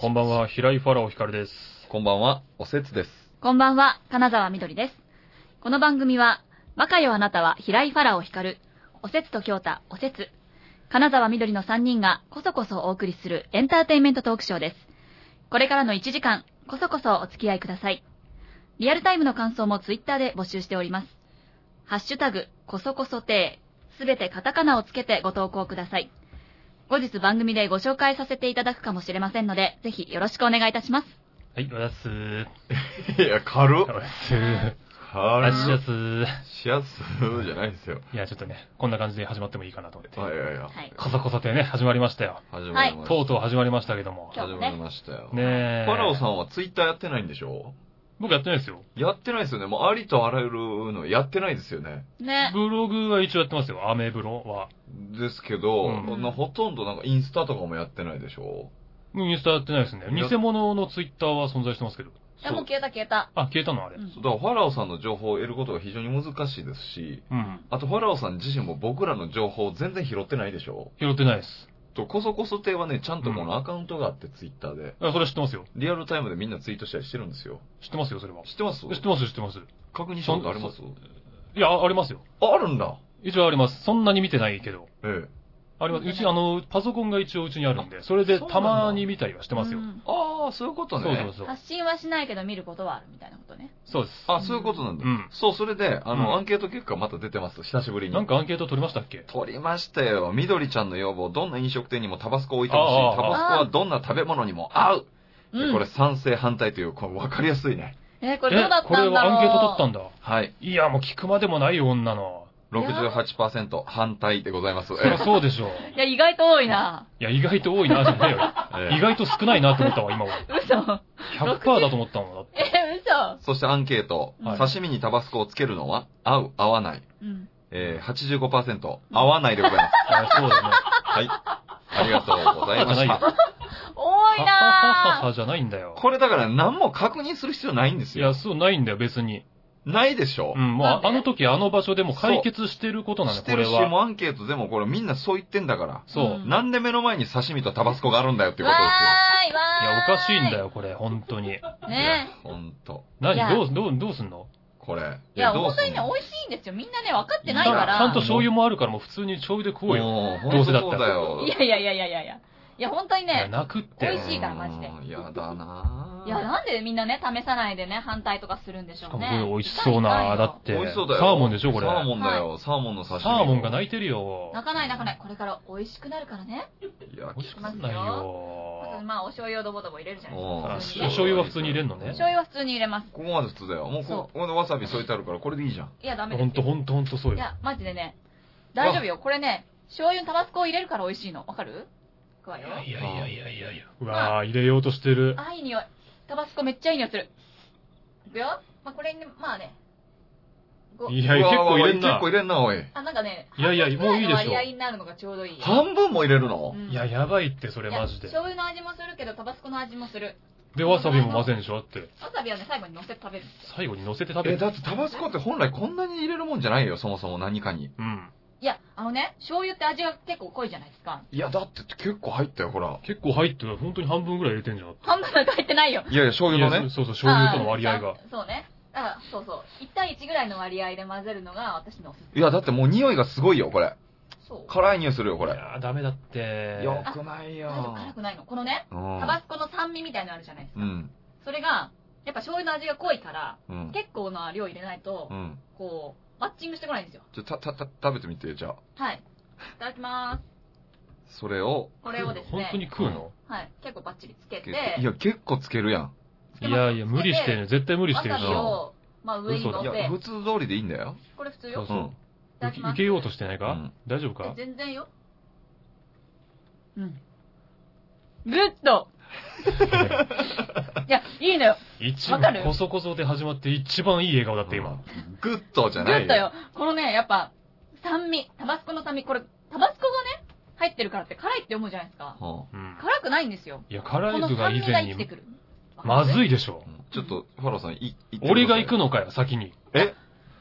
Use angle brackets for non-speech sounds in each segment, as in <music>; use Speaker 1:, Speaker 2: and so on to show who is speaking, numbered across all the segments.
Speaker 1: こんばんは、平井ファラオ光です。
Speaker 2: こんばんは、おせつです。
Speaker 3: こんばんは、金沢みどりです。この番組は、若よあなたは平井ファラオ光る、おせつと京太、おせつ、金沢みどりの3人がこそこそお送りするエンターテインメントトークショーです。これからの1時間、こそこそお付き合いください。リアルタイムの感想もツイッターで募集しております。ハッシュタグ、こそこそてー、すべてカタカナをつけてご投稿ください。後日番組でご紹介させていただくかもしれませんので、ぜひよろしくお願いいたします。
Speaker 1: はい、おやすー。
Speaker 2: いや、軽っ
Speaker 1: お。やすー。おや
Speaker 2: 軽
Speaker 1: す
Speaker 2: っ。
Speaker 1: ー。
Speaker 2: しやすじゃないですよ。
Speaker 1: いや、ちょっとね、こんな感じで始まってもいいかなと思って。
Speaker 2: はいはいはい。
Speaker 3: はい
Speaker 1: こそこそてね、始まりましたよ。
Speaker 2: 始まりました。
Speaker 1: とうとう始まりましたけども。
Speaker 3: 今日
Speaker 2: 始
Speaker 3: もね
Speaker 2: まりましたよ。
Speaker 1: ねえ。
Speaker 2: パラオさんはツイッターやってないんでしょ
Speaker 1: 僕やってないですよ。
Speaker 2: やってないですよね。もうありとあらゆるのやってないですよね。
Speaker 3: ね。
Speaker 1: ブログは一応やってますよ。アメブロは。
Speaker 2: ですけど、
Speaker 1: うん
Speaker 2: こんなほとんどなんかインスタとかもやってないでしょ
Speaker 1: インスタやってないですね。偽物のツイッターは存在してますけど。
Speaker 3: いや、もう消えた消えた。
Speaker 1: あ、消えたのあれ。
Speaker 3: う
Speaker 1: うんん。
Speaker 2: そうだからファラオさんの情報を得ることが非常に難しいですし、あとファラオさん自身も僕らの情報を全然拾ってないでしょ
Speaker 1: 拾ってないです。
Speaker 2: と、こそこそ亭はね、ちゃんとこのアカウントがあってツイッターで、
Speaker 1: あ、それは知ってますよ。
Speaker 2: リアルタイムでみんなツイートしたりしてるんですよ。
Speaker 1: 知ってますよ、それは。
Speaker 2: 知ってます
Speaker 1: 知ってます、知ってます。
Speaker 2: 確認したことあります
Speaker 1: いや、あありますよ。
Speaker 2: ああるんだ。
Speaker 1: 一応あります。そんなに見てないけど。
Speaker 2: ええ。
Speaker 1: あります。うち、あの、パソコンが一応うちにあるんで、それでたまに見たりはしてますよ
Speaker 3: う。ん
Speaker 2: ああ、そういうこと
Speaker 1: そう
Speaker 2: ね。
Speaker 1: そうそう。
Speaker 3: 発信はしないけど見ることはあるみたいなことね。
Speaker 1: そうです。
Speaker 2: あ、そういうことなんだ。
Speaker 1: うん
Speaker 2: そう、それで、あの、
Speaker 1: うん
Speaker 2: アンケート結果また出てます。久しぶりに。
Speaker 1: なんかアンケート取りましたっけ
Speaker 2: 取りましたよ。みどりちゃんの要望、どんな飲食店にもタバスコを置いてほしい。
Speaker 1: ああ
Speaker 2: タバスコはどんな食べ物にも合う。
Speaker 3: うん
Speaker 2: これ賛成反対という、これ分かりやすいね。
Speaker 3: えーこれどうだったんだろう
Speaker 1: えこれはアンケート取った
Speaker 3: ん
Speaker 1: んだ。
Speaker 2: はい。
Speaker 1: いや、もう聞くまでもないよ、女の。
Speaker 2: 68%反対でございます。
Speaker 1: そりゃそうでしょう。
Speaker 3: いや、意外と多いな。
Speaker 1: いや、意外と多いな、じゃねえ
Speaker 2: <laughs>
Speaker 1: よ。
Speaker 2: ええ
Speaker 1: 意外と少ないなと思ったわ、今は。
Speaker 3: 嘘。
Speaker 1: 100%だと思ったもんだ
Speaker 3: <laughs>
Speaker 1: って。
Speaker 3: えー、嘘。
Speaker 2: そしてアンケート、
Speaker 3: はい
Speaker 2: 刺身にタバスコをつけるのは合う、合わない。
Speaker 3: うん。
Speaker 2: えー、85%、合わないでござ
Speaker 1: <laughs>
Speaker 2: います。
Speaker 1: あそうだね。
Speaker 2: はい。ありがとうございま
Speaker 1: じゃな
Speaker 2: し
Speaker 1: いよ
Speaker 2: た。。
Speaker 3: 多い
Speaker 1: ははは
Speaker 3: な
Speaker 1: はじゃないんだよ。
Speaker 2: これだから何も確認する必要ないんです
Speaker 1: い
Speaker 2: よ
Speaker 1: や、。そう、ないんだよ、別に。
Speaker 2: ないでしょ
Speaker 1: う。ん、もう
Speaker 3: なん
Speaker 1: あ、
Speaker 3: で
Speaker 1: あの時、あの場所でも解決してることなんだ
Speaker 2: し
Speaker 1: よ、
Speaker 2: て
Speaker 1: こ
Speaker 2: る
Speaker 1: れ
Speaker 2: し、
Speaker 1: は。
Speaker 2: もうアンケートでもこれみんなそう言ってんだから。
Speaker 1: そう。
Speaker 3: うん
Speaker 1: い
Speaker 2: なんで目の前に刺身とタバスコがあるんだよっていうこ
Speaker 3: わ
Speaker 2: とです
Speaker 3: ーい、わーい。
Speaker 1: や、おかしいんだ。よ、これ、本当に。
Speaker 2: よ。
Speaker 3: ね
Speaker 2: え。ほんと。
Speaker 1: 何
Speaker 3: いや
Speaker 1: どう、どう、どうすんの
Speaker 2: これ。
Speaker 3: え。いや、
Speaker 2: どう
Speaker 3: 本
Speaker 2: す
Speaker 3: 当
Speaker 2: ん
Speaker 3: にね、
Speaker 2: の
Speaker 3: 美味しいんですよ。みんなね、分かってないか
Speaker 1: ち
Speaker 3: ら。
Speaker 1: ゃんと醤油もあるから、もう普通に醤油で食おうよ。
Speaker 2: もう
Speaker 1: ど
Speaker 2: ど
Speaker 1: うせ
Speaker 2: うせ
Speaker 1: だ
Speaker 2: だ
Speaker 1: っ
Speaker 2: ったた
Speaker 1: ら
Speaker 2: よ。
Speaker 3: いやいやいやいやいやいや。いや、本当に
Speaker 1: いや
Speaker 3: ね。
Speaker 1: 泣くっ
Speaker 3: 美
Speaker 1: て
Speaker 3: 味。しいからマジで
Speaker 2: うんやだない
Speaker 3: や、なんでみんなね、試さないでね、反対とかするんでし
Speaker 1: し
Speaker 3: ょ
Speaker 1: か
Speaker 3: う
Speaker 1: も
Speaker 3: ね
Speaker 1: こ。れ美味しそうな、だって。
Speaker 2: 美味しそうだよ。
Speaker 1: サーモンでしょ、これ。
Speaker 2: サーモンだよ。サーモンの刺身。
Speaker 1: サーモンが
Speaker 2: い。
Speaker 1: 泣いてるよ。
Speaker 3: 泣かない泣かない。これから美味しくなるからね。
Speaker 2: いや、
Speaker 1: 美味しくなんない
Speaker 3: あと
Speaker 1: よ。
Speaker 3: まあ、お醤油をドボドボ入れるじゃないですか。
Speaker 2: お
Speaker 1: あ
Speaker 3: 普通に
Speaker 1: お醤油は普通に入れんのね。
Speaker 3: 醤油は普通に入れます。
Speaker 2: ここまで普通だよ。もうこ
Speaker 3: そ
Speaker 2: ここでわさび添えてあるから、これでいいじゃん。
Speaker 3: いや、ダメです
Speaker 1: ほ
Speaker 3: よ。
Speaker 1: んとほんとほんとそう
Speaker 3: い
Speaker 1: よ。
Speaker 3: や、マジでね、大丈夫よ。これね、醤油にタバスコを入れるから美味しいの。わかるいくわよ。
Speaker 1: いやいやいやいやいや。うわぁ、入れようとしてる。
Speaker 3: あ、いい匂い。タバスコめっちゃいい匂いする。いくよ。まあ、これに、まあね、ご
Speaker 1: いや、結構入れん
Speaker 2: う
Speaker 1: な
Speaker 2: わ結構。入れんな、おい。
Speaker 3: あ、なんかね、
Speaker 1: いやいや
Speaker 3: 半分
Speaker 1: もういい
Speaker 3: ぐ
Speaker 1: でしょ
Speaker 3: らの割合になるのがちょうどいい。
Speaker 2: 半分も入れるの
Speaker 3: うん
Speaker 1: いや、やばいって、それ
Speaker 3: いや
Speaker 1: マジで。
Speaker 3: 醤油の味もするけど、タバスコの味もする。
Speaker 1: で、わさびも混ぜんでしょだって。
Speaker 3: わさびはね、最後に乗せて食べる。
Speaker 1: 最後に乗せて食べ
Speaker 2: え、
Speaker 1: る。
Speaker 2: だってタバスコって本来こんなに入れるもんじゃないよ、そもそも何かに。
Speaker 1: うん。
Speaker 3: いや、あのね、醤油って味が結構濃いじゃないですか。
Speaker 2: いや、だって結構入ったよ、ほら。
Speaker 1: 結構入ってる。本当に半分ぐらい入れてんじゃん。
Speaker 3: 半分なんか入ってないよ。
Speaker 2: いやいや、醤油の
Speaker 1: いや
Speaker 2: ね。
Speaker 1: そうそう、醤油との割合
Speaker 3: あ
Speaker 1: が。
Speaker 3: ー。そうね。あ、そうそう。1対1ぐらいの割合で混ぜるのが私のおすす
Speaker 2: いや、だってもう匂いがすごいよ、これ。
Speaker 3: め。そう。
Speaker 2: 辛い匂いするよ、これ。
Speaker 1: いやーダメだって。
Speaker 2: よくないよ
Speaker 3: 大丈夫辛くないのこのね、
Speaker 2: う
Speaker 3: タバスコの酸味みたいなのあるじゃないですか。
Speaker 2: ん。
Speaker 3: それが、やっぱ醤油の味が濃いから、
Speaker 2: うん。
Speaker 3: 結構な量入れないと
Speaker 2: う、ん。
Speaker 3: こう、マッチングしてこないんですよ。
Speaker 2: ちょ、た、た、た、食べてみて、じゃあ。
Speaker 3: はい。いただきます。
Speaker 2: それを、
Speaker 3: これをです
Speaker 1: 本
Speaker 3: ね
Speaker 1: 当、に食うの
Speaker 3: はい。結構バッチリつけて、
Speaker 2: いや、結構つけるやん。
Speaker 3: つけ
Speaker 1: い
Speaker 3: ます
Speaker 1: やいや、無理してるね。絶対無理し
Speaker 3: わ
Speaker 1: てる
Speaker 3: さ
Speaker 1: な
Speaker 3: び。を、まあ上に乗
Speaker 1: 嘘
Speaker 3: っ
Speaker 2: い
Speaker 1: だ
Speaker 2: や、普
Speaker 3: て、
Speaker 2: 通通りでいいんだよ。
Speaker 3: これ普通
Speaker 1: そ
Speaker 3: よ。
Speaker 1: う
Speaker 3: い
Speaker 1: そう
Speaker 2: うん
Speaker 3: ただ
Speaker 1: 受け
Speaker 3: きます。
Speaker 1: 受けようとしてないか、
Speaker 2: うん
Speaker 1: 大丈夫
Speaker 3: え
Speaker 1: か
Speaker 3: 全然よ。うん。グッ
Speaker 1: <laughs>
Speaker 3: ドいや、いいのよ。
Speaker 1: 一
Speaker 3: わか
Speaker 1: 番、
Speaker 3: る
Speaker 1: こそこそで始まって一番いい笑顔だって今。。
Speaker 2: グッドじゃ
Speaker 3: グ
Speaker 2: ない
Speaker 3: ッド。よ。このね、やっぱ、酸味、タバスコの酸味、これ、タバスコがね、入ってるからって辛いって思うじゃないですか。
Speaker 2: は
Speaker 1: うん。
Speaker 3: 辛くないんですよ。
Speaker 1: いや、
Speaker 3: こ
Speaker 1: 辛い
Speaker 3: の
Speaker 1: 部が
Speaker 3: 酸
Speaker 1: 以
Speaker 3: 味が
Speaker 1: 前
Speaker 3: 生きて
Speaker 1: に、
Speaker 3: くる。
Speaker 1: まず
Speaker 3: い。
Speaker 1: いでしょ
Speaker 2: あ。う。んちょっと、ファローさん、い、い
Speaker 1: 俺が行く
Speaker 2: の
Speaker 1: のかよ、先に。
Speaker 2: え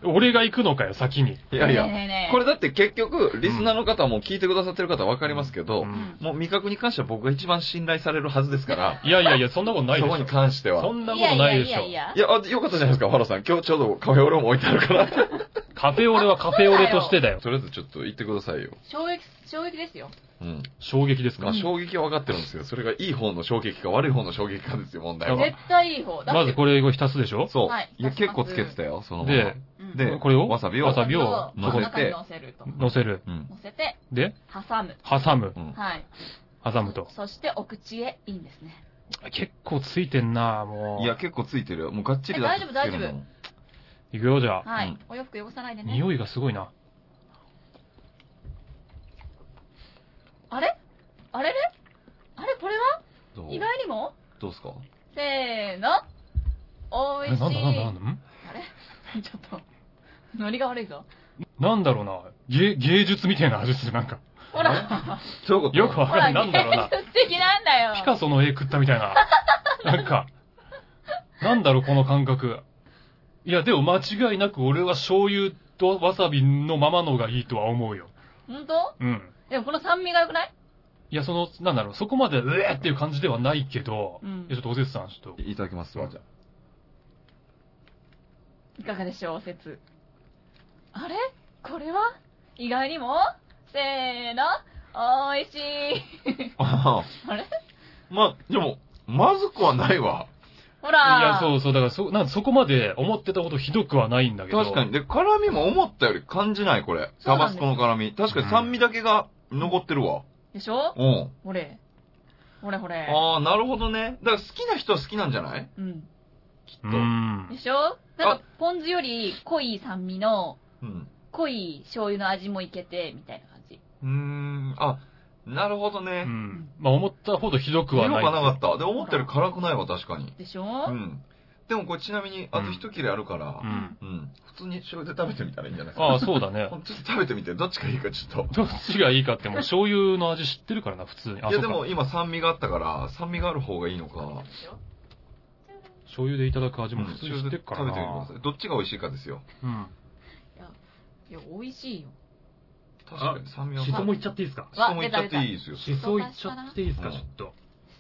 Speaker 1: 俺が行くのかよ、先に。
Speaker 2: いやいや、
Speaker 4: ねえねえ
Speaker 2: これだって結局、リスナーの方も聞いてくださってる方わかりますけど、
Speaker 1: うん
Speaker 2: もう味覚に関しては僕が一番信頼されるはずですから、
Speaker 1: いやいやいや、そんなこと <laughs> ない
Speaker 2: そ
Speaker 1: でし
Speaker 2: こ
Speaker 1: ょ
Speaker 2: に。関しては。
Speaker 1: そんなことないでし
Speaker 4: いやいやい
Speaker 1: ょ。
Speaker 4: やい
Speaker 2: い
Speaker 4: や。
Speaker 2: や、あ、よかったじゃないですか、ファラさん。今日ちょうどカフェオレも置いてあ
Speaker 1: <laughs>
Speaker 2: るから。
Speaker 1: カフェオレはカフェオレとしてだよ。
Speaker 2: とりあえずちょっと言ってくださいよ。
Speaker 3: 衝撃、衝撃ですよ。
Speaker 2: うん。
Speaker 1: 衝撃です
Speaker 2: ま
Speaker 1: か
Speaker 2: あ、衝撃は分かってるんですよ。それがいい方の衝撃か悪い方の衝撃かですよ、問題
Speaker 1: あ
Speaker 2: は。
Speaker 3: 絶対いい方。だって
Speaker 1: まずこれを浸すでしょ
Speaker 2: そう。
Speaker 3: はい
Speaker 2: いや、
Speaker 3: 出し
Speaker 2: 結
Speaker 3: ます
Speaker 2: 構つけてたよ、そのまま
Speaker 1: で、
Speaker 3: うん
Speaker 2: で
Speaker 1: これを
Speaker 2: わさびを
Speaker 1: わさびを
Speaker 3: わ
Speaker 2: 乗せ
Speaker 3: さびを中に
Speaker 2: て
Speaker 3: 乗せると。
Speaker 1: 乗せる。
Speaker 2: うん。
Speaker 3: 乗せて、
Speaker 1: で、
Speaker 3: 挟む。
Speaker 1: 挟む
Speaker 2: う。ん。
Speaker 3: はい。
Speaker 1: 挟むと。
Speaker 3: そしてお口へいいんですね。
Speaker 1: 結構ついてんなもう。
Speaker 2: いや、、結構ついてるよ。もうがっちりだって
Speaker 3: え大丈夫
Speaker 2: つけるの
Speaker 3: 大丈
Speaker 1: いくよ、じゃあ。
Speaker 3: はい。
Speaker 2: うん
Speaker 3: お洋服汚さないでね。
Speaker 1: 匂いがすごいな。
Speaker 3: あれあれれあれこれは
Speaker 2: どう
Speaker 3: 意外にも
Speaker 2: どうですか
Speaker 3: せーの。おい
Speaker 1: え、
Speaker 3: しい。
Speaker 1: なんだなんだなんだん
Speaker 3: あれ <laughs> ちょっと、ノリが悪いぞ。
Speaker 1: なんだろうな。芸、芸術みたいな味する、なんか。
Speaker 3: ほら、
Speaker 2: そういうこと
Speaker 1: よくわ
Speaker 3: ほ
Speaker 1: かんな
Speaker 3: ら、
Speaker 1: い。なんだろうな。
Speaker 3: 芸術的なんだよ。
Speaker 1: ピカソの絵食ったみたいな。なんか、なんだろう、この感覚。いや、でも間違いなく俺は醤油とわさびのままのがいいとは思うよ。
Speaker 3: 本当
Speaker 1: うん。
Speaker 3: でもこの酸味が良くない
Speaker 1: いや、その、なんだろう、そこまで、うえーっていう感じではないけど、
Speaker 3: うん
Speaker 1: いや、ちょっとおせつさん、ちょっと。
Speaker 2: いただきますわ、じゃ
Speaker 3: いかがでしょう、説。あれこれは意外にもせーの、おいしい。
Speaker 2: <laughs> あ。
Speaker 3: あれ
Speaker 2: まあ、でも、まずくはないわ。
Speaker 3: ほ
Speaker 1: い
Speaker 3: ら。
Speaker 1: や、そうそう、だから、そ、なんそこまで思ってたほどひどくはないんだけど。
Speaker 2: 確かに。。で、辛味も思ったより感じない、これ。
Speaker 3: そ
Speaker 2: タ
Speaker 3: う
Speaker 2: バ
Speaker 3: なんです
Speaker 2: スコの辛味。確かに酸味だけが残ってるわ。
Speaker 3: でしょ
Speaker 2: うん。
Speaker 3: ほれ。ほれほれ。
Speaker 2: ああ、なるほどね。だから好きな人は好きなんじゃない
Speaker 3: うん。
Speaker 2: きっ
Speaker 1: う
Speaker 2: と。うん。
Speaker 1: ん
Speaker 3: で。しょなんか、ポン酢より濃い酸味の、濃い醤油の味もいけて、みたいな感じ。
Speaker 2: うーん。あ、なるほど
Speaker 1: う
Speaker 2: ね。
Speaker 1: ん。まあ、思ったほどひどく
Speaker 2: 色
Speaker 1: は
Speaker 2: が
Speaker 1: ない。
Speaker 2: なかった。で、思ったより辛くないわ、確かに。
Speaker 3: でしょ、
Speaker 2: うん。でもこれちなみに、あと一切れあるから
Speaker 1: う、ん。
Speaker 2: うん。普通に醤油で食べてみたらいいんじゃないですか。
Speaker 1: ああ、そうだ <laughs> ね
Speaker 2: ほ。んとちょっと食べてみて、どっちがいいかちょっと。
Speaker 1: どっちがいいかって、もう醤油の味知ってるからな、普通に。あ、
Speaker 2: いや
Speaker 1: そう
Speaker 2: で
Speaker 1: か。
Speaker 2: も今酸味があったから、酸味がある方がいいのか。
Speaker 3: でしょ
Speaker 1: 醤油でいただく味
Speaker 2: うん
Speaker 1: も普通に知ってるから
Speaker 2: 食
Speaker 1: な。
Speaker 2: べてみてください。どっちが美味しいかですよ。
Speaker 1: うん。
Speaker 3: いや、美味しいよ。
Speaker 2: 確かに酸味は。
Speaker 1: シソもいっちゃっていいですか
Speaker 2: 下もいっちゃっていいですよ。
Speaker 1: シソいっちゃっていいですか、
Speaker 2: うん
Speaker 1: ちょっと。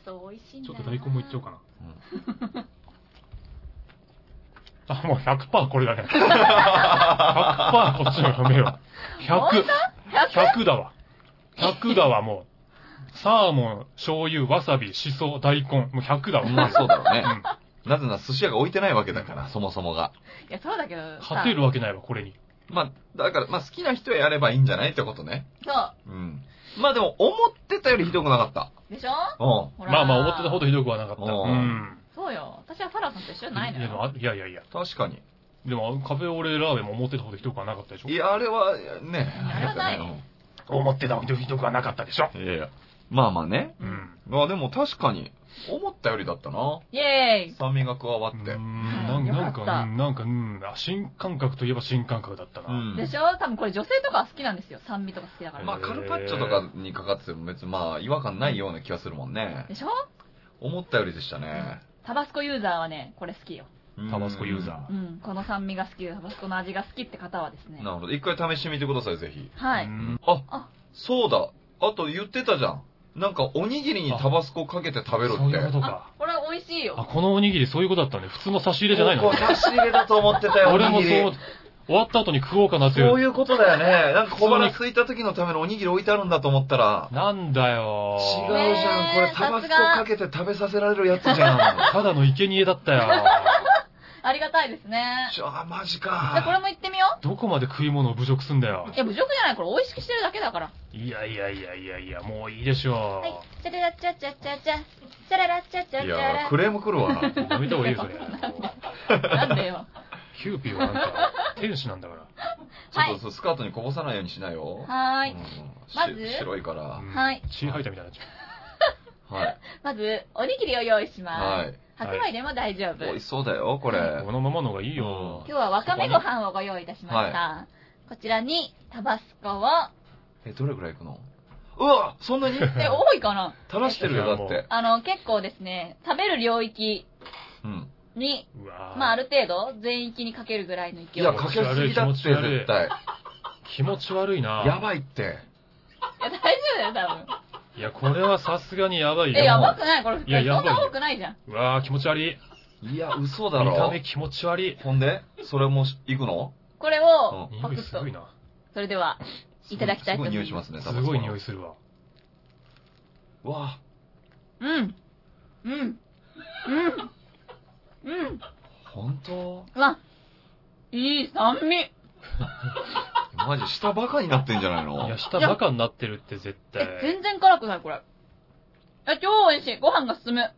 Speaker 3: そう、美味しいん
Speaker 1: ち
Speaker 3: だ
Speaker 1: ょっ
Speaker 3: よ
Speaker 1: と
Speaker 3: な
Speaker 1: 大根もいっちゃおうかな。
Speaker 2: うん
Speaker 1: あ、もう100%これだね。100%こっちのやめ <laughs> よう。100。100だわ。100だわ、もう。サーモン、醤油、わさび、しそ、大根。もう100だわ。
Speaker 2: まあそうだろう
Speaker 1: う
Speaker 2: ね。
Speaker 1: ん
Speaker 2: なぜなら寿司屋が置いてないわけだから、そもそもが。
Speaker 3: いや、そうだけどさ。
Speaker 1: 勝てるわけないわ、これに。
Speaker 2: まあ、だから、まあ好きな人はやればいいんじゃないってことね。
Speaker 3: そ
Speaker 2: うん。まあでも、思ってたよりひどくなかった。
Speaker 3: う。でしょ
Speaker 2: うん。
Speaker 3: ほら。
Speaker 1: まあまあ、思ってたほどひどくはなかった。
Speaker 2: う
Speaker 1: うんん。
Speaker 3: そうよ。私はファラオさんと一緒じゃないの
Speaker 1: やでも
Speaker 3: よ。
Speaker 1: あいやいやいや。
Speaker 2: 確かに。
Speaker 1: でも、カフェオレラーメンも思ってたほどひどくはなかったでしょ
Speaker 2: いや、あれは、ね。
Speaker 3: あれはない
Speaker 1: 思ってたほどひどくはなかったでしょ
Speaker 2: うんいやいや。まあまあね。
Speaker 1: うん。
Speaker 2: まあでも確かに、思ったよりだったな。
Speaker 3: イェーイ
Speaker 2: 酸味が加わっ
Speaker 1: う
Speaker 2: て。
Speaker 1: ん
Speaker 3: は
Speaker 1: ないんなん
Speaker 3: よか
Speaker 1: か、
Speaker 3: った
Speaker 1: うんなんか、うん、あ新感覚といえば新感覚だったな。
Speaker 2: うん
Speaker 3: でしょ多分これ女性とかは好きなんですよ。酸味とか好きだから。
Speaker 2: まあ、カルパッチョとかにかかってても別にまあ、違和感ないような気がするもんね
Speaker 3: で。しょ
Speaker 2: 思ったよりでしたね。
Speaker 3: タバスコユーザーはね、これ好きよ。
Speaker 1: タバスコユーザ
Speaker 3: うん。この酸味が好きで、タバスコの味が好きって方はですね。
Speaker 2: なるほど。一回試してみてください、ぜひ。
Speaker 1: ー。
Speaker 3: は
Speaker 1: う
Speaker 3: い。
Speaker 1: ん
Speaker 2: あ、
Speaker 3: あ
Speaker 2: そうだ。あと言ってたじゃん。なんか、おにぎりにタバスコかけて食べろって。
Speaker 1: そういうことか
Speaker 3: あ。、これは美味しい
Speaker 1: あ、
Speaker 3: よ。
Speaker 1: このおにぎりそういうことだったね。普通の差し入れじゃないの
Speaker 2: こう差し入れだと思ってたよ、
Speaker 1: 俺も
Speaker 2: お
Speaker 1: そ
Speaker 2: に
Speaker 1: う
Speaker 2: ぎり、
Speaker 1: 終わった後に食おうかなってい
Speaker 2: そう
Speaker 1: う。
Speaker 2: いうことだよね。なんか小腹
Speaker 1: 普
Speaker 2: 空いた時のためのおにぎり置いてあるんだと思ったら。
Speaker 1: なんだよ
Speaker 2: 違う
Speaker 1: ー。
Speaker 2: じ
Speaker 3: ね
Speaker 2: ゃん。これタバスコかけて食べさせられるやつじゃん。
Speaker 1: ただの生贄だったよ。
Speaker 3: ありがたいですね。
Speaker 2: ちょあ、マジ
Speaker 3: じゃあこれ
Speaker 2: か。
Speaker 3: もいってみよ
Speaker 1: どこまで食い物を侮辱すんだよ
Speaker 3: う。い。や、侮辱じゃない。これ美味しくしてるだけだから。
Speaker 1: いやいやいやいやいや、もういいでしょ
Speaker 3: はい。チャララチャチャチャチャ。チャララチャチャチ
Speaker 2: い
Speaker 3: ャ
Speaker 2: や
Speaker 3: ラ
Speaker 2: ー、。クレーム来る
Speaker 1: う。
Speaker 2: わ。
Speaker 1: やめた方がいいよ、それ。もう
Speaker 3: なんでよ。
Speaker 1: キューピーはなんか、天使なんだか。
Speaker 2: ちょっとスカートにこぼさないようにしなよ。
Speaker 3: はー
Speaker 2: う
Speaker 3: い
Speaker 2: ん。し
Speaker 3: まず
Speaker 2: 白いからら
Speaker 1: う。ん
Speaker 3: はい。
Speaker 1: 血吐いたみたいになっちゃ
Speaker 2: はい。
Speaker 3: まず、おにぎりを用意し
Speaker 2: は
Speaker 3: ます。
Speaker 2: い。
Speaker 3: 白米でも大丈夫。
Speaker 2: 美味しそうだよ、こ
Speaker 1: う。
Speaker 2: れ
Speaker 1: こ。のままの方がいいよ
Speaker 2: う。
Speaker 3: 今日はわかめご飯をご用意いたしました。こちらにタバスコを、
Speaker 2: え、どれぐらいいくのうわそんなに
Speaker 3: え、多いかな
Speaker 2: 垂らしてるよ、だって。
Speaker 3: あの、結構ですね、食べる領域、
Speaker 2: うん。
Speaker 4: に、
Speaker 1: うわー
Speaker 4: まあある程度全域にかけるぐらいの
Speaker 2: い
Speaker 4: 勢い。
Speaker 2: や、かけすぎだっ
Speaker 1: 気持
Speaker 2: て、
Speaker 1: ち悪い
Speaker 2: 絶対。
Speaker 1: 気持ち悪いな。
Speaker 2: やばいって。
Speaker 3: いや、大丈夫だよ、多分。
Speaker 1: い。や、これはさすがにやばいよ。
Speaker 3: え、やばくないこれ普通
Speaker 1: いや
Speaker 3: に。
Speaker 1: やばい
Speaker 3: そん
Speaker 1: よ
Speaker 3: な多くないじゃん。
Speaker 1: うわー気持ち悪い。
Speaker 2: いや、嘘だ
Speaker 1: 見た
Speaker 2: ろ
Speaker 1: 目。気持ち悪い。
Speaker 2: ほんで、それもし行くの
Speaker 3: これを
Speaker 1: 匂
Speaker 3: パク
Speaker 1: い
Speaker 3: ッ
Speaker 1: す
Speaker 3: と
Speaker 1: ごい。な。
Speaker 4: それでは、いただきたいと
Speaker 2: すご
Speaker 4: 思
Speaker 2: い
Speaker 4: います
Speaker 2: 匂いします
Speaker 1: す
Speaker 2: ね、
Speaker 1: ごい匂い
Speaker 2: す
Speaker 1: するわ。
Speaker 2: る。わ
Speaker 3: うん。うん。うん。うん。
Speaker 2: あ、ほんと
Speaker 3: うわ。いい酸味。
Speaker 2: マジ、下バカになってんじゃないの
Speaker 1: いや、下バカになってるって絶
Speaker 3: え、
Speaker 1: 対。
Speaker 3: 全然辛くない、これ。え、超美味しい。ご飯が進む。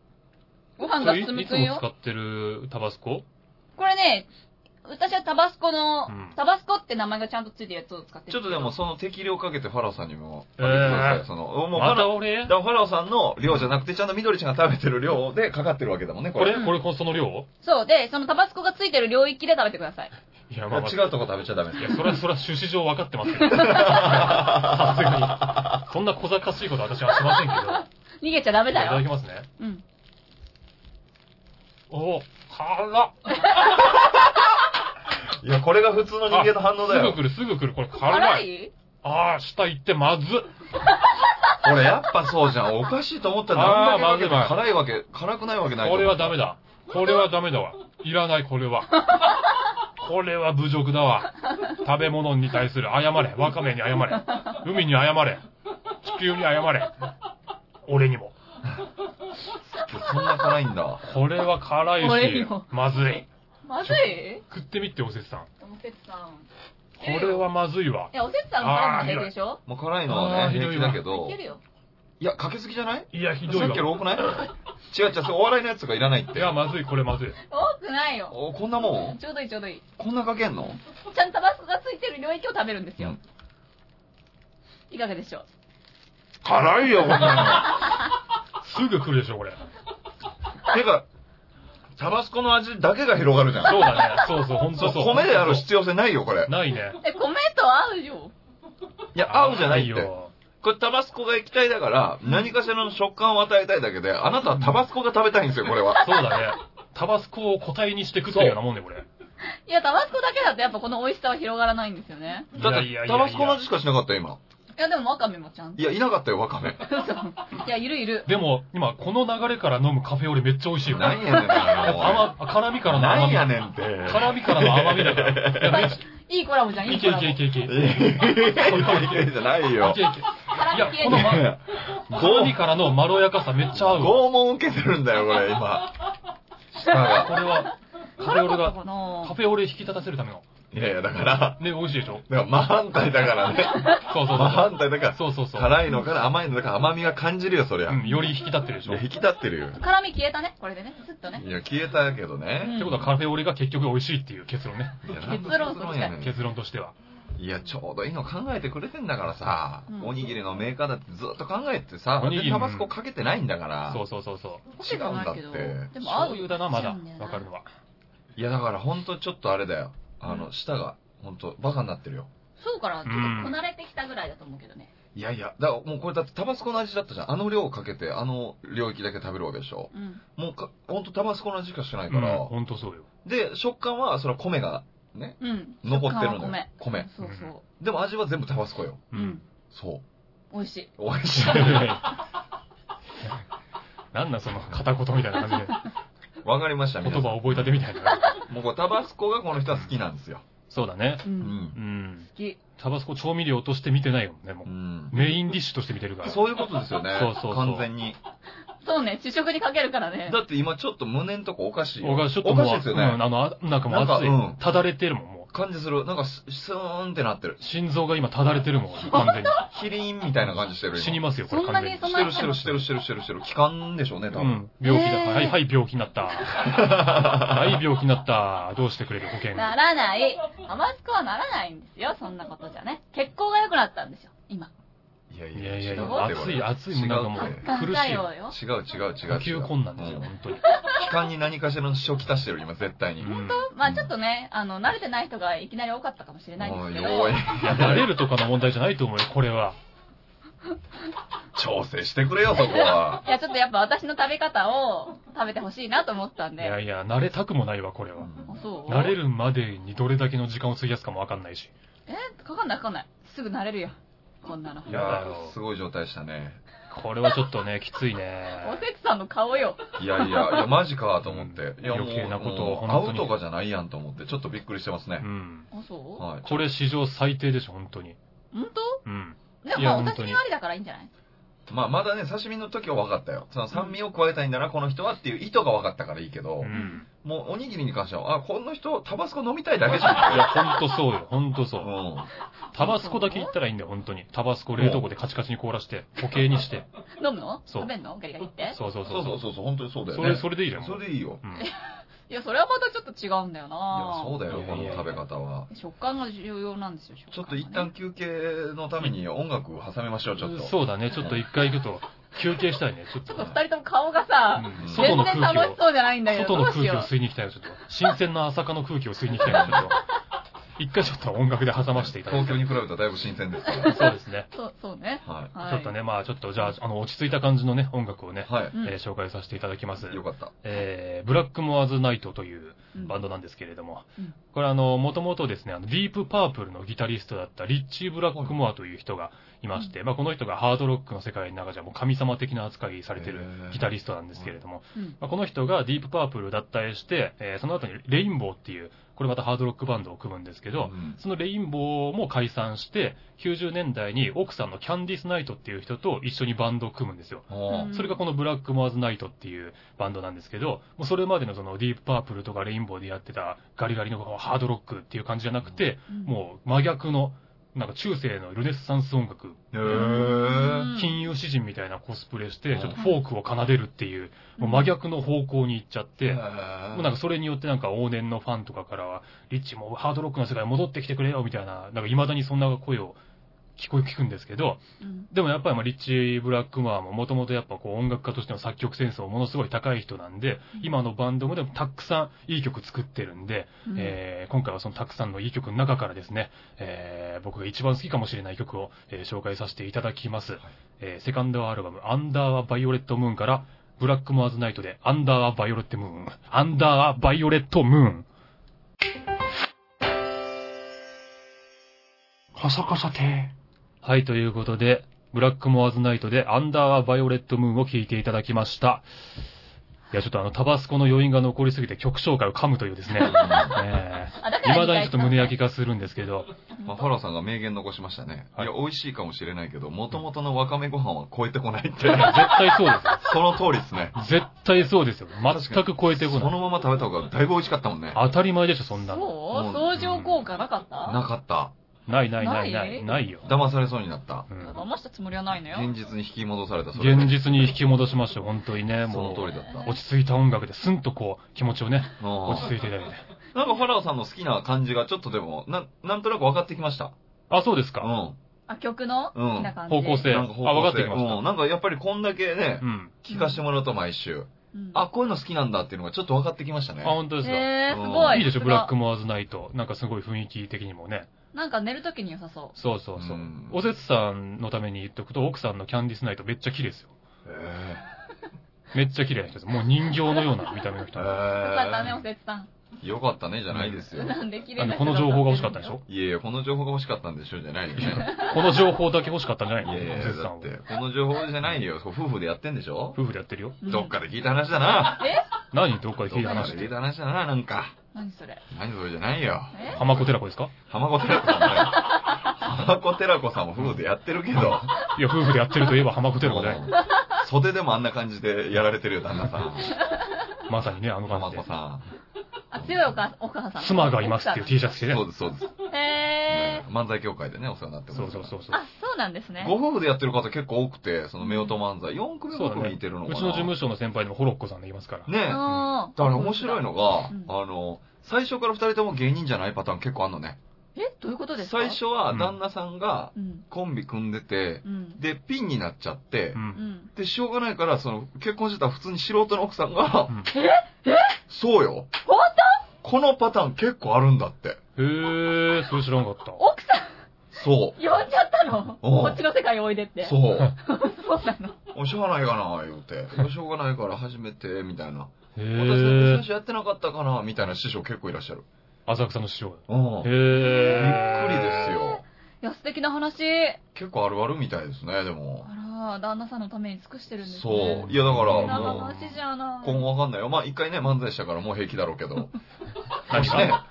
Speaker 3: ご飯
Speaker 1: そ
Speaker 3: が
Speaker 1: れい
Speaker 3: 進む
Speaker 1: いつ
Speaker 3: くん
Speaker 1: も使
Speaker 3: よ。
Speaker 1: ってるタバスコ
Speaker 3: これね、私はタバスコの、
Speaker 1: うん
Speaker 3: タバスコって名前がちゃんとついてるやつを使ってる。
Speaker 2: ちょっとでも、、その適量かけてファラオさんにも、
Speaker 1: え
Speaker 2: え
Speaker 1: ー
Speaker 2: その、もうファ
Speaker 1: ま
Speaker 2: ラ
Speaker 1: た
Speaker 2: オ、
Speaker 1: 俺
Speaker 2: だからファラオさんの量じゃなくて、ちゃんと緑ちゃんが食べてる量でかかってるわけだもんね、こ
Speaker 1: こ
Speaker 2: れ。
Speaker 1: れこれ、その量
Speaker 3: そう。で、そのタバスコがついてる領域で食べてください。
Speaker 1: いや、
Speaker 2: い
Speaker 1: まあ
Speaker 2: や
Speaker 1: まあ、
Speaker 2: 違うとこ食べちゃダメ
Speaker 1: いや、それは、それは趣旨上分かって
Speaker 2: <laughs>
Speaker 1: ますけど。さすがに。そんな小賢しいことは私はしませんけ
Speaker 3: <laughs>
Speaker 1: ど。
Speaker 4: 逃げちゃダメ
Speaker 1: いた
Speaker 4: だ
Speaker 1: だ
Speaker 4: よ。
Speaker 1: きますね。
Speaker 3: うん。
Speaker 1: おお辛っ
Speaker 2: いや、これが普通の人間の反応
Speaker 1: す
Speaker 2: だ
Speaker 1: ぐ。
Speaker 2: よ
Speaker 1: 来る、すぐ来る。これ辛い。
Speaker 3: 辛い
Speaker 1: ああ、下行ってまずっ。
Speaker 2: 俺やっぱそうじゃん。おかしいと思ったら、
Speaker 1: あ
Speaker 2: あ
Speaker 1: ー
Speaker 2: んだけかけて
Speaker 1: まずい
Speaker 2: 辛いわけ、辛くないわけないと
Speaker 1: こ
Speaker 2: 思
Speaker 1: れ
Speaker 2: う
Speaker 1: はダメ。だ。これはダメだわ。いらない、これは。これは侮辱だわ。食べ物に対する謝れ。わかめに謝れ。海に謝れ。地球に謝れ。俺にも。
Speaker 2: そんな辛いんだ。
Speaker 1: これは辛
Speaker 4: 俺に
Speaker 1: いし
Speaker 4: も、
Speaker 1: まずい。
Speaker 3: まずい
Speaker 1: 食ってみて、おせつさん。
Speaker 3: おせつさん。
Speaker 1: これはまずいわ
Speaker 3: い。や、おせつさん辛いの平気でしょ
Speaker 2: もう辛いのは
Speaker 1: あー
Speaker 2: ね、平気だけ
Speaker 3: い
Speaker 2: ど
Speaker 3: け。るよ。
Speaker 2: いや、かけすぎじゃない
Speaker 1: いや、ひどい
Speaker 2: さっきより
Speaker 1: わ。
Speaker 2: 多くない違う違う、それお笑いのやつがいらないっ
Speaker 1: い
Speaker 2: て。
Speaker 1: や、まずい、これまずい。
Speaker 3: 多くないよ。
Speaker 2: おこんなもん
Speaker 3: ちょうどいいちょうどいい。
Speaker 2: こんなかけんの
Speaker 3: ちゃんとタバスコがついてる領域を食べるんですよ。いかがでしょう
Speaker 2: 辛いよ、こんな
Speaker 1: すぐ来るでしょ、これ。 <laughs>
Speaker 2: の。てか、タバスコの味だけが広がるじゃん。
Speaker 1: そうだね。そうそう、ほんとそう。
Speaker 2: 米でやる
Speaker 1: ほんと
Speaker 2: 必要性ないよ、これ
Speaker 1: そう。ないね。
Speaker 3: え、米と合うよ。
Speaker 2: いや、合うじゃないっ
Speaker 1: 合う
Speaker 2: て。これタバスコが液体だから、何かしらの食感を与えたいだけで、あなたはタバスコが食べたいんですよ、これは。
Speaker 1: そうだね。タバスコを個体にして食ってるようなもんね、これ。
Speaker 3: いや、タバスコだけだとやっぱこの美味しさは広がらないんですよね。
Speaker 1: い
Speaker 2: だ
Speaker 1: や
Speaker 2: っ
Speaker 1: いやいや、
Speaker 2: て
Speaker 1: いや
Speaker 2: タバスコの味しかしなかったよ、今。
Speaker 3: いや、でもワカメもちゃんと。
Speaker 2: いや、いなかったよ、ワカメ。
Speaker 3: <laughs> いや、いるいる。
Speaker 1: でも、今、この流れから飲むカフェオレめっちゃ美味しいよ。
Speaker 2: なんやねん、
Speaker 1: 甘、辛味からの甘
Speaker 2: なん
Speaker 1: み。
Speaker 2: やねんって。
Speaker 1: 辛味からの甘みだから。いや、めっち
Speaker 3: いいコラボじゃ
Speaker 1: ゃ、
Speaker 3: ん、い
Speaker 1: い
Speaker 3: い
Speaker 1: け
Speaker 3: コ
Speaker 1: い
Speaker 3: ラボ。
Speaker 1: けいけいけ。いけい
Speaker 2: じゃない
Speaker 1: <laughs>
Speaker 2: よ。
Speaker 1: け。いや、この
Speaker 2: い
Speaker 1: ま、
Speaker 2: や
Speaker 1: 辛味からのまろやかさめっちゃ合うわ。
Speaker 2: 拷問受けてるんだよ、これ、今。舌
Speaker 1: こ
Speaker 2: が。
Speaker 1: れは、カフェ
Speaker 3: 辛
Speaker 1: オレ
Speaker 3: かった
Speaker 1: が、
Speaker 3: かな
Speaker 1: カフェオレ引き立たせるための。
Speaker 2: いやいや、だから、
Speaker 1: ね、美味しいでしょ
Speaker 2: だから真反対だからね。
Speaker 1: そうそう
Speaker 2: 真反
Speaker 1: そ
Speaker 2: 対だから
Speaker 1: う。、そうそうそう。
Speaker 2: 辛いのから甘いのだから甘みが感じるよ、そりゃ。
Speaker 1: うん、より引き立ってるでし
Speaker 2: い
Speaker 1: ょ。っ
Speaker 2: や、
Speaker 1: て
Speaker 2: 引き立ってるよ。
Speaker 3: 辛み消えたね、これでね。ずっとね。
Speaker 2: いや、消えたけどね。
Speaker 1: ことはカフェオレが結局美味しいっていう結論ね。
Speaker 2: いやなんで
Speaker 3: 結論
Speaker 2: 結論やねん
Speaker 1: 結論としては。
Speaker 2: いや、ちょうどいいの考えてくれてんだからさ、
Speaker 3: うん
Speaker 2: おにぎりのメーカーだってずっと考えてさ、
Speaker 1: おにぎり
Speaker 2: でタバスコかけてないんだから、
Speaker 1: そうそうそうそう。
Speaker 2: 違うんだって。
Speaker 3: でも合
Speaker 1: 醤
Speaker 3: う
Speaker 1: 油だな、まだ。わかるのは。
Speaker 2: いや、だからほんとちょっとあれだよ。あの、舌が、ほんと、バカになってるよ。
Speaker 3: そうから、
Speaker 1: う
Speaker 3: ち
Speaker 1: ん
Speaker 3: ょっとこなれてきたぐらいだと思うけどね。
Speaker 2: いやいや、だからもうこれだってタバスコの味だったじゃん。あの量をかけて、あの領域だけ食べるわけでしょ。
Speaker 3: うん。
Speaker 2: もうか、ほんとタバスコの味しかしてな
Speaker 1: う
Speaker 2: い
Speaker 1: ん、
Speaker 2: から。
Speaker 1: ほんとそうよ。
Speaker 2: で、食感は、それは米がね、
Speaker 3: うん。
Speaker 2: 残ってる
Speaker 3: 食
Speaker 2: の
Speaker 3: 感
Speaker 2: よ
Speaker 3: は。
Speaker 2: 米。
Speaker 3: 米。そうそう。
Speaker 2: でも味は全部タバスコよ。
Speaker 1: う
Speaker 3: うんん。
Speaker 2: そう。
Speaker 3: 美味しい。
Speaker 2: 美味しい。
Speaker 1: <laughs> なんなんその片言みたいな感
Speaker 2: わかりました、 <laughs>
Speaker 1: じで。言
Speaker 2: 皆さん
Speaker 1: 葉覚えたてみたいな。
Speaker 2: もうこれタバスコがこの人は好きなんですよ。
Speaker 1: そうだね。
Speaker 3: う。
Speaker 2: うんん
Speaker 1: う。ん。
Speaker 3: 好き。
Speaker 1: タバスコ調味料として見てないよね、も
Speaker 2: う
Speaker 1: う。
Speaker 2: ん。
Speaker 1: メインディッシュとして見てるから。
Speaker 2: そういうことですよね。
Speaker 1: そうそうそう
Speaker 2: 完全に。
Speaker 3: そうね、主食にかけるからね
Speaker 2: だ。って今ちょっと胸んとこおかしいよ。
Speaker 1: おかしい、ちょっと
Speaker 2: お
Speaker 1: も
Speaker 2: か
Speaker 1: う、
Speaker 2: しいですよ
Speaker 1: う
Speaker 2: ね
Speaker 1: ん、。あの、あなんかもう
Speaker 2: なんか
Speaker 1: 熱
Speaker 2: う
Speaker 1: い
Speaker 2: ん。
Speaker 1: ただれてるもん、も
Speaker 2: 感じする。なんかス、スーンってなってる
Speaker 1: う。。心臓が今ただれてるもん、
Speaker 2: <laughs>
Speaker 1: 完全に。
Speaker 2: キリンみたいな感じしてる。今
Speaker 1: 死にますよ、これ
Speaker 3: そんな
Speaker 1: 完
Speaker 3: に
Speaker 1: 全に
Speaker 3: そ。ん
Speaker 2: し
Speaker 3: な
Speaker 2: てるしてるしてるしてるしてるしてる。気管でしょうね、
Speaker 1: う
Speaker 2: 多分。
Speaker 1: ん。病気だ。
Speaker 3: えー
Speaker 1: はい、はい、病気にな
Speaker 2: <laughs>
Speaker 1: った。はい、病気になった。どうしてくれる保険。
Speaker 3: ならない。タバスコはならないんですよ、そんなことじゃね。血行が良くなったんですよ、今。
Speaker 2: いや
Speaker 1: いやいやい
Speaker 2: 違う
Speaker 1: や、
Speaker 2: ってこ
Speaker 1: 熱
Speaker 2: れ
Speaker 1: い、熱い、なんかもう
Speaker 2: 違うって、
Speaker 1: 苦
Speaker 3: 考
Speaker 1: し
Speaker 3: え
Speaker 1: いよ
Speaker 3: よ。うよ。
Speaker 2: 違う違う
Speaker 1: 呼
Speaker 2: 違う違う。
Speaker 1: 吸困難ですよ、
Speaker 2: うん
Speaker 1: 本当に。
Speaker 2: 気管に何かしらの初期足してる、今、絶対に。
Speaker 1: うん
Speaker 3: まあちょっとね、あの、慣れてない人がいきなり多かったかもしれないんですけど、
Speaker 2: おいおい
Speaker 1: いや、慣れるとかの問題じゃないと思うよ、これは。
Speaker 2: 調整してくれよ、そこ
Speaker 1: <laughs>
Speaker 2: は。
Speaker 3: いや、ちょっとやっぱ私の食べ方を食べてほしいなと思ったん
Speaker 1: いや
Speaker 3: で。
Speaker 1: いや、慣れたくもないわ、これは。
Speaker 3: あ、そう
Speaker 1: 慣れるまでにどれだけの時間を費やすかもわかんないし。
Speaker 3: えかかんないかかんない。すぐ慣れるよ。こんなの。
Speaker 2: い
Speaker 1: い
Speaker 2: や
Speaker 1: や
Speaker 2: ー、すごい状態したね。
Speaker 1: これはちょっとね、きつい
Speaker 3: お <laughs>
Speaker 1: ね。
Speaker 3: せつさんの顔よ。
Speaker 2: いやいや、いや、マジかと思って。いや、もう、
Speaker 1: 余計なことを
Speaker 2: もう
Speaker 1: 本
Speaker 2: 会
Speaker 1: 当
Speaker 2: う
Speaker 1: に
Speaker 2: とかじゃないやんと思って、ちょっとびっくりしてます
Speaker 1: う
Speaker 2: ね。
Speaker 1: ん。
Speaker 3: あ、そう
Speaker 2: はい。
Speaker 1: これ史上最低でしょ、本当に。
Speaker 3: 本
Speaker 1: うん。
Speaker 3: 当でも
Speaker 1: い
Speaker 3: ま
Speaker 1: や
Speaker 3: あ、お
Speaker 1: 本当
Speaker 3: 刺
Speaker 1: に
Speaker 3: 身ありだからいいんじゃない
Speaker 2: まあ、まだね、刺身の時は分かったよ。その酸味を加えたいんだな、この人はっていう意図が分かったからいいけど、
Speaker 1: うん。
Speaker 2: もうおにぎりに関しては、あ、この人、タバスコ飲みたいだけじ
Speaker 1: い
Speaker 2: ゃん。
Speaker 1: や、ほんとそうよ、ほんとそうう。
Speaker 2: ん。
Speaker 1: タバスコだけいったらいいんだよ、本当に。タバスコ冷凍庫でカチカチに凍らして、固形にして。
Speaker 3: 飲むの
Speaker 1: そう
Speaker 3: 食べんのガリガリって
Speaker 1: そうそう
Speaker 2: そ
Speaker 1: そうう。
Speaker 2: そうそうそう、本当にそうだよ
Speaker 1: そ
Speaker 2: ね。
Speaker 1: れ、それでいいじゃん。も
Speaker 2: そうれでいいよ。
Speaker 1: うん。
Speaker 3: いや、それはまたちょっと違うんだよ
Speaker 2: いや
Speaker 3: な、
Speaker 2: そうだよ、
Speaker 1: い
Speaker 2: こ
Speaker 1: やい
Speaker 2: の
Speaker 1: や
Speaker 2: 食べ方は。
Speaker 3: 食感が重要なんですよ、食感
Speaker 2: ちょっ
Speaker 3: が
Speaker 2: と
Speaker 3: ね
Speaker 2: 一旦休憩のために音楽を挟みましょう、ちょっと。
Speaker 1: そうだね、ちょっと一回行くと、休憩したいね、ちょっ
Speaker 3: ちょ
Speaker 1: と
Speaker 3: っと。二人とも顔がさ、
Speaker 1: うん外
Speaker 3: 全
Speaker 1: の
Speaker 3: 然
Speaker 1: 空気
Speaker 3: 楽し
Speaker 1: を、
Speaker 3: そうじゃないんだけど、
Speaker 1: 外
Speaker 3: ど
Speaker 1: の
Speaker 3: うし
Speaker 1: 空気を
Speaker 3: よう。
Speaker 1: 吸いに行きたいよ、ちょっと。新鮮な朝霞の空気を吸いに行きたいよ、ちょ
Speaker 3: <laughs>
Speaker 1: っと。一回ちょっと音楽で挟ましていただい
Speaker 2: 東
Speaker 1: て
Speaker 2: 京。に比べたらだいぶ新鮮ですから。
Speaker 1: そうですね。
Speaker 3: そう、そうね。
Speaker 2: はい。
Speaker 3: はい
Speaker 1: ちょっとね、まあちょっとじゃあ、あの、落ち着いた感じのね、音楽をね、
Speaker 2: は
Speaker 3: うん
Speaker 1: えー紹介させていただきます
Speaker 2: い。。よかった。
Speaker 1: えー、ブラックモアズナイトという
Speaker 3: うん
Speaker 1: バンドなんですけれども、
Speaker 3: うん
Speaker 1: これあの、もともとですね、あのディープパープルのギタリストだったリッチー・ブラックモアという人がいまして、まあこの人がハードロックの世界の中じゃもう神様的な扱いされて
Speaker 2: へ
Speaker 1: る
Speaker 2: ー
Speaker 1: ギタリストなんですけれども、
Speaker 3: うん
Speaker 1: まあこの人がディープパープル脱退して、えーその後にレインボーっていう、これまたハードロックバンドを組むんですけど、
Speaker 2: うん
Speaker 1: そのレインボーも解散して、90年代に奥さんのキャンディス・ナイトっていう人と一緒にバンドを組むんですよ。
Speaker 2: あ
Speaker 3: うん
Speaker 1: それがこのブラックモアズナイトっていうバンドなんですけど、もうそれまでのそのディープパープルとかレインボーでやってたガリガリのハードロックっていう感じじゃなくて、
Speaker 3: うん
Speaker 1: もう真逆の、なんか中世のルネッサンス音楽、
Speaker 2: あ。へー。
Speaker 1: 金融詩人みたいなコスプレして、
Speaker 2: うん
Speaker 1: ちょっとフォークを奏でるっていう、もう真逆の方向に行っちゃって、
Speaker 2: も
Speaker 1: もうなんかそれによってなんか往年のファンとかからは、リッチもうハードロックの世界に戻ってきてくれよみたいな、なんか未だにそんな声を聞こえ、聞くんですけど、
Speaker 3: うん
Speaker 1: でもやっぱりまあリッチ・ブラックマーももともとやっぱこう音楽家としての作曲センスもものすごい高い人なんで、今のバンドもでもたくさんいい曲作ってるんで、
Speaker 3: うん
Speaker 1: えー今回はそのたくさんのいい曲の中からですね、えー僕が一番好きかもしれない曲を、えー紹介させていただきます。えーセカンドアルバム、アンダーはバイオレットムーンから、ブラックモアズナイトで、アンダーはバイオレットムーン、アンダーはバイオレットムーン。カサカサてはい、ということで、ブラックモアズナイトで、アンダーはバイオレットムーンを聴いていただきました。いや、ちょっとあの、タバスコの余韻が残りすぎて曲紹介を噛むというですね。えー
Speaker 3: あ、だから
Speaker 1: 未だにちょっと胸焼きがするんですけど、
Speaker 2: まあ、ファラーさんが名言残しましたね。い、
Speaker 1: はい
Speaker 2: や、美味しいかもしれないけど、元々のわかめご飯は超えてこないっ
Speaker 1: いや
Speaker 2: て
Speaker 1: い。や絶対そうですよ。
Speaker 2: <laughs> その通りですね。
Speaker 1: 絶対そうですよ。全く超えてこ
Speaker 2: そ
Speaker 1: ない。
Speaker 2: のまま食べた方がだいぶ美味しかったもんね。
Speaker 1: 当たり前でしょ、そんなの。
Speaker 3: そう相乗効果なかった
Speaker 2: なかった。
Speaker 1: ないないないな
Speaker 3: ない
Speaker 1: い、ないよ。
Speaker 2: 騙されそうになった。
Speaker 1: うん
Speaker 3: 騙したつもりはないのよ。
Speaker 2: 現実に引き戻された、それ。
Speaker 1: 現実に引き戻しましたよ、本当にね。
Speaker 2: そ
Speaker 1: も
Speaker 2: の通
Speaker 1: う、
Speaker 2: りだった。
Speaker 1: 落ち着いた音楽で、スンとこう、気持ちをね、
Speaker 2: うん
Speaker 1: 落ち着いていただいて。
Speaker 2: なんかファラーさんの好きな感じがちょっとでも、な、なんとなく分かってきました。
Speaker 1: あ、そうです
Speaker 2: う
Speaker 1: か。
Speaker 2: ん。
Speaker 3: あ、曲の
Speaker 2: うん
Speaker 3: 好きな感じ。
Speaker 1: 方向性。あ、
Speaker 2: なんか方向性
Speaker 1: 分かってきまし
Speaker 2: うん。なんかやっぱりこんだけね
Speaker 1: た。う、ん。
Speaker 2: 聞かしてもらうと毎週。
Speaker 3: うん
Speaker 2: あ、こういうの好きなんだっていうのがちょっと分かってきましたね。
Speaker 1: あ、。本当ですか。
Speaker 3: へー、すごい。
Speaker 1: いいでしょ、
Speaker 3: さすが
Speaker 1: ブラックモアズナイト。なんかすごい雰囲気的にもね。
Speaker 3: なんか寝るときに良さそ
Speaker 1: そうそうそううんおせつさんのために言っとくと、奥さんのキャンディスナイトめっちゃ綺麗ですよ。
Speaker 2: え
Speaker 1: めっちゃ綺麗な人です。もう人形のような見た目の
Speaker 2: え
Speaker 1: 人。あ
Speaker 3: う。よかったね、お
Speaker 2: え
Speaker 3: せつさん。 <laughs>
Speaker 2: えよかったね、じゃないですよ。
Speaker 3: なんで綺麗な
Speaker 1: の、
Speaker 3: 人
Speaker 1: この情報が欲しかったでしょ
Speaker 2: いやいや、この情報が欲しかったんでしょうじゃないよね。
Speaker 1: この情報だけ欲しかったんじゃない
Speaker 2: い
Speaker 1: の
Speaker 2: やいや、
Speaker 1: おせつさ
Speaker 2: だ
Speaker 1: ん
Speaker 2: っ
Speaker 1: は。
Speaker 2: て、この情報じゃないよ。夫婦でやってんでしょ
Speaker 1: 夫婦でやってるよ。
Speaker 3: うん
Speaker 2: どっかで聞いた話だな。
Speaker 1: 何どっか
Speaker 2: ど
Speaker 1: で
Speaker 2: っか
Speaker 1: 聞い
Speaker 2: で
Speaker 1: た話っ
Speaker 2: 聞い
Speaker 1: て。
Speaker 2: た話だな、なんか。
Speaker 3: 何それ。
Speaker 2: 何それじゃないよ。
Speaker 3: え
Speaker 1: 浜子寺子ですか
Speaker 2: 浜子寺子さんもね。浜子寺子さんも夫婦でやってるけど。
Speaker 1: いや、夫婦でやってるといえば浜子寺子じゃない。
Speaker 2: 袖でもあんな感じでやられてるよ、旦那さん。
Speaker 1: まさにね、あの感
Speaker 2: 浜
Speaker 1: じ
Speaker 2: 子
Speaker 1: で。
Speaker 2: さ
Speaker 3: あ、強いお母お母さん。
Speaker 1: 妻がいますっていう T シャツ着
Speaker 2: ん。
Speaker 1: てね
Speaker 2: そう。です、そうです。
Speaker 3: ャツ。へー。
Speaker 2: 漫才協会でね、お世話になってます
Speaker 1: そ
Speaker 2: か
Speaker 1: う
Speaker 2: ら。
Speaker 1: そうそうそう。
Speaker 3: あ、そうなんですね。
Speaker 2: ご夫婦でやってる方結構多くて、その夫婦漫才、4組
Speaker 1: そうだ
Speaker 2: 5組
Speaker 1: ね。
Speaker 2: いう
Speaker 1: ち
Speaker 2: てるの
Speaker 1: の
Speaker 2: かな。
Speaker 1: 事務所の先輩のホロッコさんでいますから。
Speaker 2: ねえ。
Speaker 3: あ
Speaker 2: だから面白いのが、
Speaker 3: うん
Speaker 2: あの、最初から二人とも芸人じゃないパターン結構あんのね。
Speaker 3: え、どういうことですか
Speaker 2: 最。初は
Speaker 1: うん
Speaker 2: 旦那さんが
Speaker 3: うん。
Speaker 2: コンビ組んでて、
Speaker 3: うん。
Speaker 2: で、ピンになっちゃって、
Speaker 1: うん。
Speaker 3: うん。
Speaker 2: で、しょうがないから、その、結婚してた普通に素人の奥さんが、
Speaker 1: うん
Speaker 2: そうよ。
Speaker 3: 本
Speaker 2: このパターン結構あるんだって。
Speaker 1: へー、それ知らんかった。
Speaker 3: 当奥さん、
Speaker 2: そ
Speaker 3: 呼んじゃったの
Speaker 2: おう
Speaker 3: こっちの世界おいでって。
Speaker 2: う。
Speaker 1: <laughs>
Speaker 2: そう。
Speaker 3: そうなの。
Speaker 2: おしゃあないかな、言うて。しょうがないから始めて、みたいな。
Speaker 1: へ
Speaker 2: 私だって最
Speaker 1: え。
Speaker 2: 初やってなかったかな、みたいな師匠結構いらっしゃる。
Speaker 1: 浅草の師匠。
Speaker 2: うん。
Speaker 1: へ
Speaker 2: びっく
Speaker 1: え。
Speaker 2: りです。よ。
Speaker 3: いや、素敵な話。
Speaker 2: 結構あるあるみたいですね、でも。
Speaker 3: あら、旦那さんのために尽くしてるんです
Speaker 2: そ
Speaker 3: ね。
Speaker 2: う。いや、だから、
Speaker 1: そ
Speaker 3: 長
Speaker 2: もう
Speaker 3: の、話じゃない。
Speaker 2: 今後わかんないよ。まあ、一回ね、漫才したからもう平気だろうけど。
Speaker 1: <laughs> 何
Speaker 2: ね
Speaker 1: か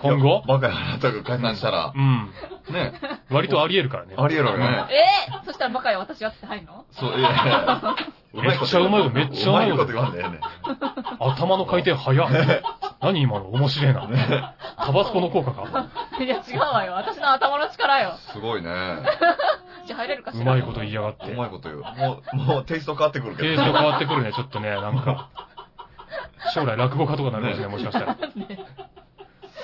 Speaker 1: 今後
Speaker 2: バカやなとか解散したら
Speaker 1: う、ん。
Speaker 2: ね、
Speaker 1: 割とあり得るからね。
Speaker 2: ありえるよね。
Speaker 3: えーそしたらバカよ、私はって入
Speaker 2: <laughs>
Speaker 3: るの
Speaker 2: そう、いやいや
Speaker 1: <laughs> めっちゃうまいことめっちゃうまいこと
Speaker 2: うまいこと言わんだよね。
Speaker 1: 頭の回転早っ。何今の面白いな。タバスコの効果か。
Speaker 3: いや、違うわよ。私の頭の力よ。
Speaker 2: すごいね。
Speaker 3: じゃあ入れるかし
Speaker 1: う
Speaker 3: ら。
Speaker 1: まいこと言いやがって
Speaker 2: う。まいこと言う。もう、もうテイスト変わってくるけ
Speaker 1: テイス
Speaker 2: ど。
Speaker 1: ト変わってくるね、ちょっとね、なんか。将来落語家とかなるかもしれない、もしかしたら。
Speaker 2: <laughs>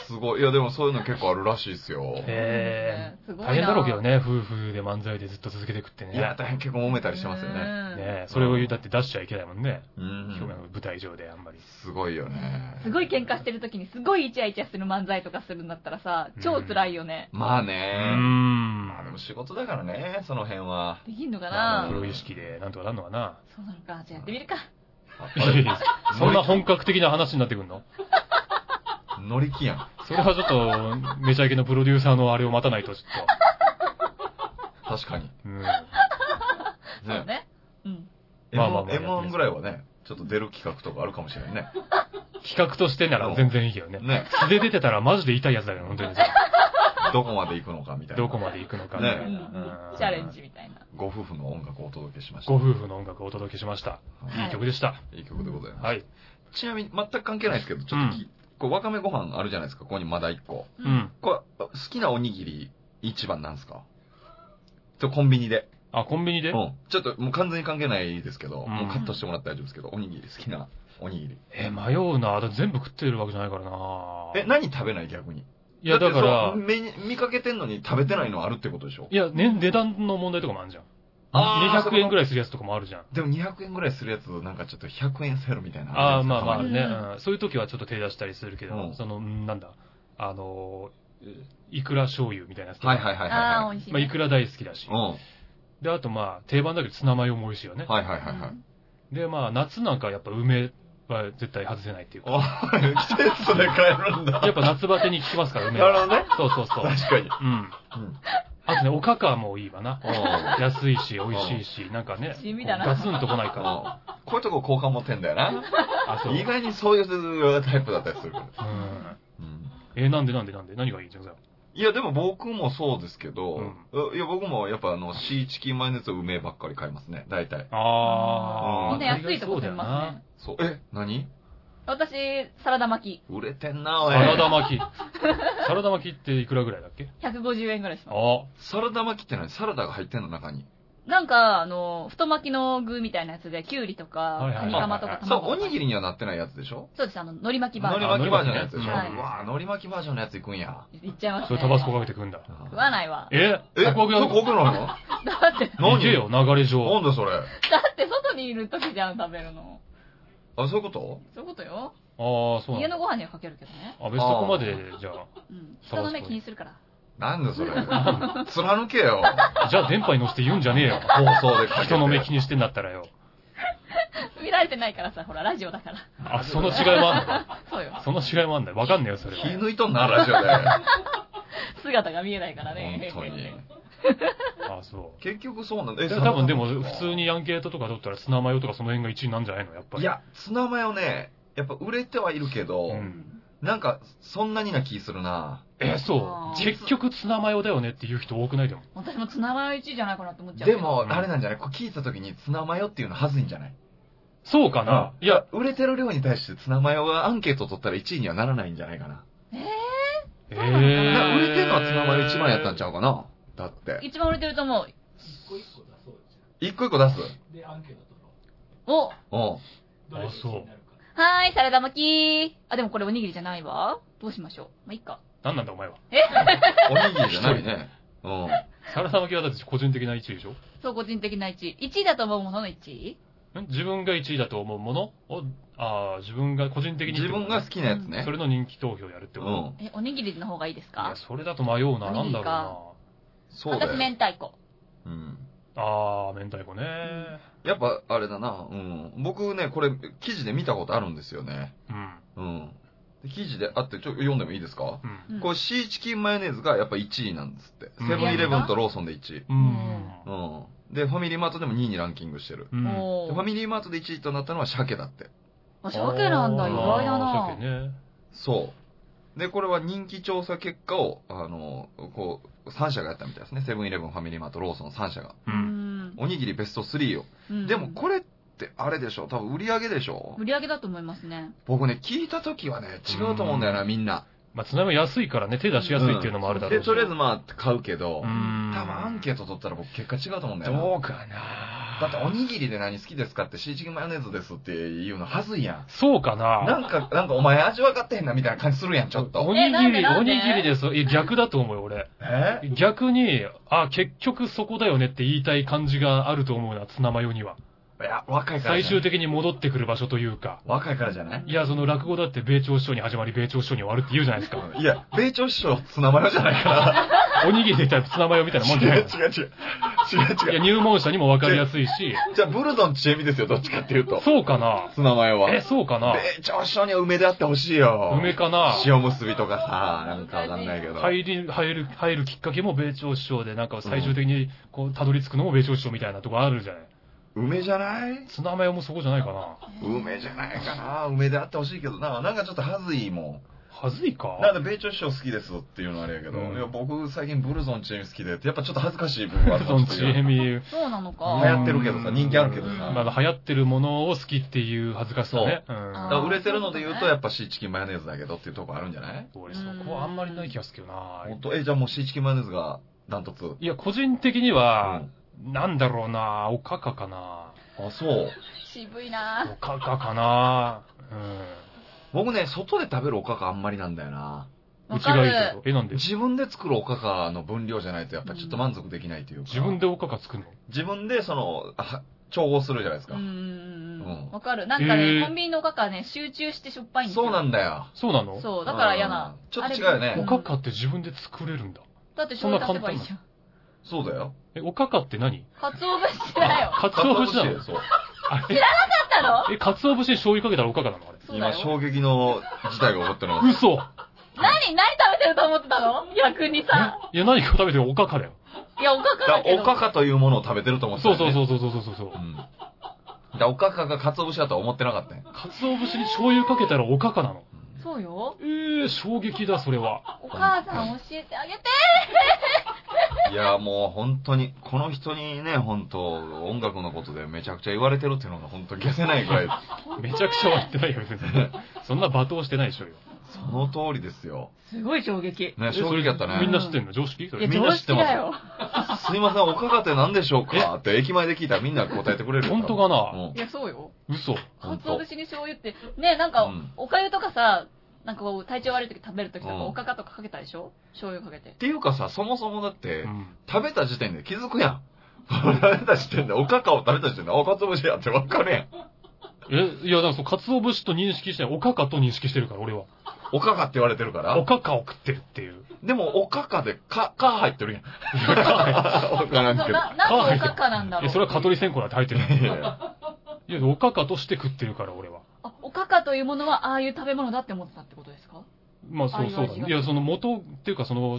Speaker 2: すごい。いや、でもそういうの結構あるらしいですよ。
Speaker 1: へ
Speaker 3: すごいな
Speaker 1: 大変だろうけどね、夫婦で漫才でずっと続けていくってね。
Speaker 2: いや、
Speaker 1: ね
Speaker 2: 大変結構揉めたりしてますよね。
Speaker 1: えそれを言うだって出しちゃいけないもんね。
Speaker 2: う
Speaker 1: 表面
Speaker 2: ん。
Speaker 1: 舞台上であんまり。
Speaker 2: すごいよね。
Speaker 3: すごい喧嘩してる時にすごいイチャイチャする漫才とかするんだったらさ、超辛いよね。
Speaker 2: まあ
Speaker 1: うー
Speaker 2: ね。
Speaker 1: ん。
Speaker 2: まあでも仕事だからね、その辺は。
Speaker 3: できんのか
Speaker 2: まあ
Speaker 3: な
Speaker 1: プロ意識でなんとかなんのかな。
Speaker 3: そうなのか。じゃあやってみるか。
Speaker 1: いやいや <laughs> そんな本格的な話になってくんの
Speaker 2: 乗り気やん。
Speaker 1: それはちょっと、めちゃイケのプロデューサーのあれを待たないと、ちょっ
Speaker 2: 確かに。
Speaker 1: と。うん。
Speaker 3: そう
Speaker 2: ね。
Speaker 3: ね。うん。
Speaker 1: まあまあまあ
Speaker 2: M1 M1 ぐらいはね、ちょっと出る企画とかあるかもしれんね。
Speaker 1: 企画としてなら全然いいけどね。
Speaker 2: ね。
Speaker 1: 素で出てたらマジで痛いやつだから、本当に。
Speaker 2: どこまで行くのかみたいな。
Speaker 1: どこまで行くのかみた
Speaker 2: ね
Speaker 1: いな
Speaker 3: うん
Speaker 1: うん
Speaker 3: チャレンジみたいな。
Speaker 2: ご夫婦の音楽をお届けしました。
Speaker 1: ご夫婦の音楽をお届けしました。いい曲でした。
Speaker 2: いい曲でございます。
Speaker 1: はい。
Speaker 2: ちなみに全く関係ないですけど、ちょっとき、こうわかめご飯あるじゃないですか、ここにまだ一個。
Speaker 1: う。
Speaker 3: うん
Speaker 2: これ、好きなおにぎり一番なんですかとコンビニで。
Speaker 1: あ、コンビニ
Speaker 2: う
Speaker 1: で、
Speaker 2: ん。ちょっともう完全に関係ないですけど、
Speaker 1: うん
Speaker 2: もうカットしてもらって大丈夫ですけど、おにぎり、好きなおにぎり。
Speaker 1: えー、迷うな。だって全部食ってるわけじゃないからな。
Speaker 2: え、何食べない逆に。
Speaker 1: いや、だか
Speaker 2: っ
Speaker 1: ら
Speaker 2: てそ、う目に見かけてんのに食べてないのあるってことでしょ
Speaker 1: いや、ね、値段の問題とかもあるじゃん。
Speaker 2: あー
Speaker 1: 200円ぐらいするやつとかもあるじゃん。
Speaker 2: でも200円ぐらいするやつ、なんかちょっと100円セールみたいなの
Speaker 1: ああ、
Speaker 2: るじ
Speaker 1: ま
Speaker 2: ゃ
Speaker 1: あま
Speaker 2: な
Speaker 1: あ
Speaker 2: いですか
Speaker 1: ね、
Speaker 3: うん
Speaker 1: うんそういう時はちょっと手出したりするけど、
Speaker 2: うん
Speaker 1: その、うんなんだ、あのー、いくら醤油みたいなやつと
Speaker 2: た
Speaker 1: か。
Speaker 2: まにはいはいはいはい
Speaker 3: ああ、
Speaker 2: はい。
Speaker 3: 美味しい
Speaker 1: まあ、
Speaker 3: ね。
Speaker 1: いくら大好きだし
Speaker 2: う。ん。は
Speaker 1: で、あとまあ、定番だけどツナマヨも美味しいよね
Speaker 2: い。はいはいはい。
Speaker 1: で、まあ、夏なんかやっぱ梅は絶対外せないっていうか。
Speaker 2: あ季節で変えるんだ。
Speaker 1: やっぱ夏バテに効きますから、梅
Speaker 2: なる
Speaker 1: は。
Speaker 2: ほどね。
Speaker 1: そうそうそう。
Speaker 2: 確かに。
Speaker 1: うん。
Speaker 2: うん。
Speaker 1: あとね、おかかもいいわな。
Speaker 2: う
Speaker 1: 安いし、美味しいし、なんかね、
Speaker 3: 地味だな
Speaker 1: ガツンとこないから。
Speaker 2: こういうとこ好感持ってんだよな。
Speaker 1: あ、そう。
Speaker 2: 意外にそういうタイプだったりするから。
Speaker 1: うん。
Speaker 2: うん
Speaker 1: えーなんでなんでなんで何がいいんじゃんさ。
Speaker 2: いや、でも僕もそうですけど、いや、僕もやっぱあの、シーチキンマヨネーズと梅ばっかり買いますね、大体。
Speaker 1: あー。
Speaker 3: みんな安いとこ食べますね。
Speaker 2: そう。え、何
Speaker 3: 私、サラダ巻
Speaker 2: 売れてんな、
Speaker 1: サ
Speaker 2: おい。
Speaker 1: ラダ巻き。サラダ巻きっていくらぐらいだっけ
Speaker 3: き150円ぐらいします。
Speaker 1: あ
Speaker 2: サラダ巻きって何サラダが入ってんの中に。
Speaker 3: なんか、あの、太巻きの具みたいなやつで、きゅうりと
Speaker 1: は
Speaker 3: か
Speaker 1: い、はい
Speaker 3: カニカマとか
Speaker 2: そう、
Speaker 3: 卵
Speaker 2: お
Speaker 3: とか
Speaker 2: にぎりにはなってないやつでしょ
Speaker 3: そうです、あの、海苔巻きバ
Speaker 2: 海
Speaker 3: ー
Speaker 2: 苔巻き
Speaker 3: ガ
Speaker 2: バージョンのやつでしょう
Speaker 3: はい
Speaker 2: わ海苔巻きバージョンのやついくんや。
Speaker 3: ー。いっちゃいま
Speaker 1: あ。
Speaker 3: す
Speaker 1: そ
Speaker 3: ね。
Speaker 1: れタバスコかけてくんだ。
Speaker 3: 食わないわ。
Speaker 1: え
Speaker 2: え、
Speaker 1: そこ
Speaker 2: そこ
Speaker 1: 行
Speaker 2: 置くのよ
Speaker 3: だって、
Speaker 1: 行
Speaker 2: 何
Speaker 1: けよ、流れ
Speaker 2: な
Speaker 1: 上。
Speaker 2: んだそれ。
Speaker 3: だって外にいる時じゃん、食べるの。
Speaker 2: あ、そういうこと
Speaker 3: そういうことよ。
Speaker 1: ああ、そう
Speaker 3: 家
Speaker 1: なんだ。
Speaker 3: のご飯にはかけるけどね。
Speaker 1: あ、別にそこまで、じゃ
Speaker 3: うん。
Speaker 1: タバスコ
Speaker 3: 人の目気にするから。
Speaker 2: なんだそれ。貫けよ。
Speaker 1: あ。じゃあ電波に乗せて言うんじゃねえよ。
Speaker 2: 放送でかけて。
Speaker 1: 人の目気にしてんだったらよ。
Speaker 3: 見られてないからさ、ほら、ラジオだから。
Speaker 1: あ、その違いもあんだ。
Speaker 3: そうよ。
Speaker 1: その違いもあんだよ。わかんねえよ、それは。
Speaker 2: 気抜いとんな、ラジオ
Speaker 3: 姿が見えないから
Speaker 2: で。
Speaker 3: ね。
Speaker 2: 本当に。
Speaker 1: あ、そう。
Speaker 2: 結局そうなんだ。え
Speaker 1: で多分でも、普通に。アンケートとか取ったらツナマヨとかその辺が1位なんじゃないのやっぱり。
Speaker 2: い、や、ツナマヨね、やっぱ売れてはいるけど、
Speaker 1: うん。
Speaker 2: なんか、そんなにな気するな。
Speaker 1: え、そ
Speaker 3: あ
Speaker 1: う。
Speaker 3: ー
Speaker 1: 結局ツナマヨだよねっていう人多くないでも。
Speaker 3: 私もツナマヨ1位じゃないかなって思っちゃうけ
Speaker 2: で
Speaker 3: ど。
Speaker 2: も、
Speaker 1: うん
Speaker 2: あれなんじゃないこう聞いた時にツナマヨっていうのはずいんじゃない
Speaker 1: そうかないいや、、
Speaker 2: 売れてる量に対してツナマヨはアンケート取ったら1位にはならないんじゃないかな。
Speaker 3: え
Speaker 1: え
Speaker 2: だから
Speaker 1: ー。
Speaker 2: 売れてるのはツナマヨ1番やったんち
Speaker 1: ゃ
Speaker 2: ゃうかなだって。
Speaker 3: 一番売れてると思う。
Speaker 2: 一個一個出す。
Speaker 3: おは
Speaker 2: <laughs> うん。
Speaker 1: あ、そう。
Speaker 3: ーい、サラダ巻きあ、でもこれおにぎりじゃないわ。どうしましょう。まあ、いっか。
Speaker 1: なんなんだお前は。
Speaker 2: おにぎりじゃないね。うん。
Speaker 1: サラダ巻きはだって個人的な1位でしょ
Speaker 3: そう、個人的な1位。1位だと思うものの1位
Speaker 1: ん自分が1位だと思うものを、ああ、自分が個人的にって
Speaker 2: 自
Speaker 1: ことね。
Speaker 2: 分が好きなやつね
Speaker 1: そ。れの人気投票やるって
Speaker 2: う
Speaker 1: こと
Speaker 2: ん。
Speaker 3: え、おにぎりの方がいいです
Speaker 1: い
Speaker 3: か
Speaker 1: や、それだと迷うな。
Speaker 3: お
Speaker 1: なん
Speaker 3: にぎ
Speaker 1: だ
Speaker 3: りか
Speaker 1: ろ
Speaker 2: そうだ
Speaker 3: 私、明
Speaker 2: よ。
Speaker 3: 太子。
Speaker 2: うん。
Speaker 1: あー、明太子ね。
Speaker 2: やっぱ、あれだな、うん。僕ね、これ、記事で見たことあるんですよね。
Speaker 1: うん。
Speaker 2: うん。で記事であって、ちょ、読んでもいいですか
Speaker 1: うん。
Speaker 3: うん
Speaker 2: これ、シーチキンマヨネーズがやっぱ1位なんですって。
Speaker 1: うん
Speaker 2: セブンイレブンとローソンで1位。
Speaker 1: うん。
Speaker 2: うん。で、ファミリーマートでも2位にランキングしてる。
Speaker 1: うん。
Speaker 2: でファミリーマートで1位となったのは鮭だって。
Speaker 3: あ、鮭なんだ、
Speaker 1: あー
Speaker 3: 意外だな。
Speaker 1: 鮭ね。
Speaker 2: そう。で、これは人気調査結果を、あの、こう、3社がやったみたいですね。セブンイレブン、ファミリーマート、ローソン3社が。
Speaker 1: う。
Speaker 3: うんん
Speaker 2: おにぎりベスト3を。
Speaker 3: うん
Speaker 2: でもこれってあれでしょ多分売り上げでしょ
Speaker 3: 売り上げだと思いますね。
Speaker 2: 僕ね、聞いた時はね、違うと思うんだよな、みんな。
Speaker 1: まあ、津波安いからね、手出しやすいっていうのもあるだろ
Speaker 2: で、
Speaker 1: うし。
Speaker 2: とりあえずまあ、買うけど、
Speaker 1: うん。
Speaker 2: 多分アンケート取ったら僕結果違うと思うんだよな。
Speaker 1: どうかな
Speaker 2: だっておにぎりで何好きですかってシーチキンマヨネーズですっていうのはずいやん。
Speaker 1: そうかな
Speaker 2: なんか、なんかお前味分かってへんなみたいな感じするやん、ちょっ
Speaker 1: お
Speaker 2: と。
Speaker 1: に
Speaker 3: えなん
Speaker 1: ぎ
Speaker 3: で
Speaker 1: り、
Speaker 3: な
Speaker 1: お
Speaker 3: ん
Speaker 1: に
Speaker 3: で
Speaker 1: ぎりです。いや、逆だと思うよ、俺。
Speaker 2: え
Speaker 1: 逆に、あ、結局そこだよねって言いたい感じがあると思うな、ツナマヨには。
Speaker 2: いや、若いから
Speaker 1: 最
Speaker 2: じゃな
Speaker 1: 終
Speaker 2: い。
Speaker 1: 的に戻ってくる場所というか。
Speaker 2: 若いからじゃない
Speaker 1: いや、その落語だって米朝首相に始まり、米朝首相に終わるって言うじゃないですか。
Speaker 2: いや、米朝首相ツナマヨじゃないから。
Speaker 1: おにぎりで言ったらツナマヨみたいなもんじ
Speaker 2: 違
Speaker 1: ゃ
Speaker 2: う
Speaker 1: ない
Speaker 2: 違
Speaker 1: の
Speaker 2: う違う。違う
Speaker 1: い
Speaker 2: 違
Speaker 1: や、
Speaker 2: う。
Speaker 1: 入門者にもわかりやすいし、
Speaker 2: じゃあ、ブルゾンちえみですよ、どっちかっていうと。
Speaker 1: そうかな
Speaker 2: ツナマヨは。
Speaker 1: え、そうかな
Speaker 2: 米朝首相には梅であってほしいよ。
Speaker 1: 梅かな
Speaker 2: 塩結びとかさ、なんかわかんないけど。
Speaker 1: 入り、入る、入るきっかけも米朝首相で、なんか最終的に、こう、たどり着くのも米朝首相みたいなとこあるじゃない。
Speaker 2: 梅じゃない
Speaker 1: ツナマヨもそこじゃないかな。
Speaker 2: 梅じゃないかな梅であってほしいけどな。なんかちょっとはずいも
Speaker 1: はずい
Speaker 2: ん。なん
Speaker 1: か
Speaker 2: で米朝首相好きですっていうのはあれやけど、
Speaker 1: うん
Speaker 2: いや、僕最近ブルゾンちえみ好きでって、やっぱちょっと恥ずかしい部分はあ
Speaker 1: <laughs>
Speaker 2: る
Speaker 1: そのちえみ、
Speaker 3: そうな
Speaker 1: う
Speaker 2: 流
Speaker 3: の
Speaker 1: ん
Speaker 3: か。
Speaker 2: 行ってるけどさ、人気あるけどさ。
Speaker 1: まだ流行ってるものを好きっていう恥ずかしさね。うん
Speaker 2: だ
Speaker 3: あ
Speaker 2: から
Speaker 3: ー
Speaker 2: 売れてるので言う
Speaker 3: そう
Speaker 2: と、
Speaker 3: だね
Speaker 2: やっぱシーチキンマヨネーズだけどっていうとこあるんじゃない
Speaker 1: 俺そこはあんまりない気がするけどな。
Speaker 2: 本当え、じゃあもうシーチキンマヨネーズがダントツ。
Speaker 1: いや、個人的には、なんだろうな、おかかかな。
Speaker 2: あ、そう。
Speaker 3: 渋いな
Speaker 1: おかかかな。
Speaker 2: 僕ね、外で食べるおかかあんまりなんだよな。
Speaker 1: うん。
Speaker 3: わ
Speaker 1: うち
Speaker 3: か
Speaker 1: がいいけ
Speaker 3: る
Speaker 1: ど。。え、なんで
Speaker 2: 自分で作るおかかの分量じゃないと、やっぱちょっと満足できないというか。
Speaker 1: 自分でおかか作るの
Speaker 2: 自分で、その、あ調合するじゃないです
Speaker 3: う
Speaker 2: か。
Speaker 3: んうんう
Speaker 2: うん
Speaker 3: ん。わかる。なんか
Speaker 1: へ
Speaker 3: ね、
Speaker 1: ー
Speaker 3: コンビニのおかかね、集中してしょっぱいんですよ
Speaker 2: そうなんだよ。
Speaker 1: そうなの
Speaker 3: そう、だから嫌な
Speaker 2: うん。ちょっと違うよね
Speaker 3: あれ
Speaker 1: おかかって自分で作れるんだ。
Speaker 3: だって醤油足せばいいじゃん。
Speaker 2: そうだよ。
Speaker 1: え、おかかって何
Speaker 3: 鰹節 <laughs> だよ。
Speaker 1: かつお節なの
Speaker 2: そう。
Speaker 1: あれ
Speaker 3: だったの
Speaker 1: え、かつお節に醤油かけたらおかかなのあれ。
Speaker 3: そうだ
Speaker 2: 今、
Speaker 3: よ。
Speaker 2: 衝撃の事態が起こってるの。
Speaker 1: 嘘
Speaker 3: 何何食べてると思ってたの逆にさ。
Speaker 1: いや、何か食べてるおかかだよ。
Speaker 3: いや、おかかだ
Speaker 2: だか
Speaker 3: け
Speaker 2: ら
Speaker 3: ど。
Speaker 2: おかかというものを食べてると思ってた
Speaker 1: そう
Speaker 2: よ
Speaker 1: そ
Speaker 2: ね
Speaker 1: うそうそうそうそうそう。
Speaker 2: うん。だからおかかが鰹節だとは思ってなかったよ。
Speaker 1: かつお節に醤油かけたらおかかなの。
Speaker 3: そうよ。
Speaker 1: えー、衝撃だ、それは。
Speaker 3: お母さん教えてあげて。
Speaker 2: いや、もう本当に、この人にね、本当音楽のことでめちゃくちゃ言われてるっていうのが本当消せないぐらい、
Speaker 1: めちゃくちゃは言ってないよ、別に。そんな罵倒してないでしょうよ。
Speaker 2: その通りですよ。
Speaker 3: すごい衝撃。
Speaker 2: ね、
Speaker 1: えそ
Speaker 2: 衝
Speaker 1: れ
Speaker 2: 撃やった
Speaker 1: みん
Speaker 2: ね。
Speaker 1: な知ってんの常識そ
Speaker 3: い
Speaker 1: れ
Speaker 3: や、
Speaker 2: みんな
Speaker 3: 常
Speaker 2: 知って
Speaker 3: 識
Speaker 2: ます
Speaker 3: だよ。
Speaker 2: すいません、おかかって何でしょうかって駅前で聞いたらみんな答えてくれるよ。
Speaker 1: 本当かな、
Speaker 2: うん
Speaker 3: いや、そうよ。
Speaker 1: 嘘。
Speaker 2: 本
Speaker 3: 鰹
Speaker 2: 当
Speaker 3: 節に醤油って、ね、なんか
Speaker 2: うん、
Speaker 3: お粥とかさ、なんかこう、体調悪い時食べる時と
Speaker 2: う
Speaker 3: か、
Speaker 2: ん
Speaker 3: おかかとかかけたでしょ醤油かけて
Speaker 2: っ。ていうかさ、そもそもだって
Speaker 1: う、ん。
Speaker 2: 食べた時点で気づくやん。食べた時点で、おかかを食べた時点で、あ、かつお節やってわかるやん。
Speaker 1: え、いや、だからそう、かつお節と認識してない。おかかと認識してるから、俺は。
Speaker 2: おかかって言われてるから。
Speaker 1: おかかを食ってるっていう。
Speaker 2: でも、おかかで、か、か入ってるや
Speaker 1: <laughs>
Speaker 2: ん。わから
Speaker 3: そうん
Speaker 2: けど。
Speaker 3: な、なんでおかかなんだ
Speaker 1: い
Speaker 3: ろ
Speaker 1: や、
Speaker 3: う
Speaker 1: そ。れは蚊取り線香なんて入ってる。
Speaker 2: い <laughs> やいや
Speaker 1: いや、おかかとして食ってるから、俺は。
Speaker 3: あおかかというものは、ああいう食べ物だって思ってたってことですか
Speaker 1: まあ、そうそうだ、
Speaker 3: あいや
Speaker 1: ね。
Speaker 3: い
Speaker 1: い
Speaker 3: や
Speaker 1: や、その元っていうか、その、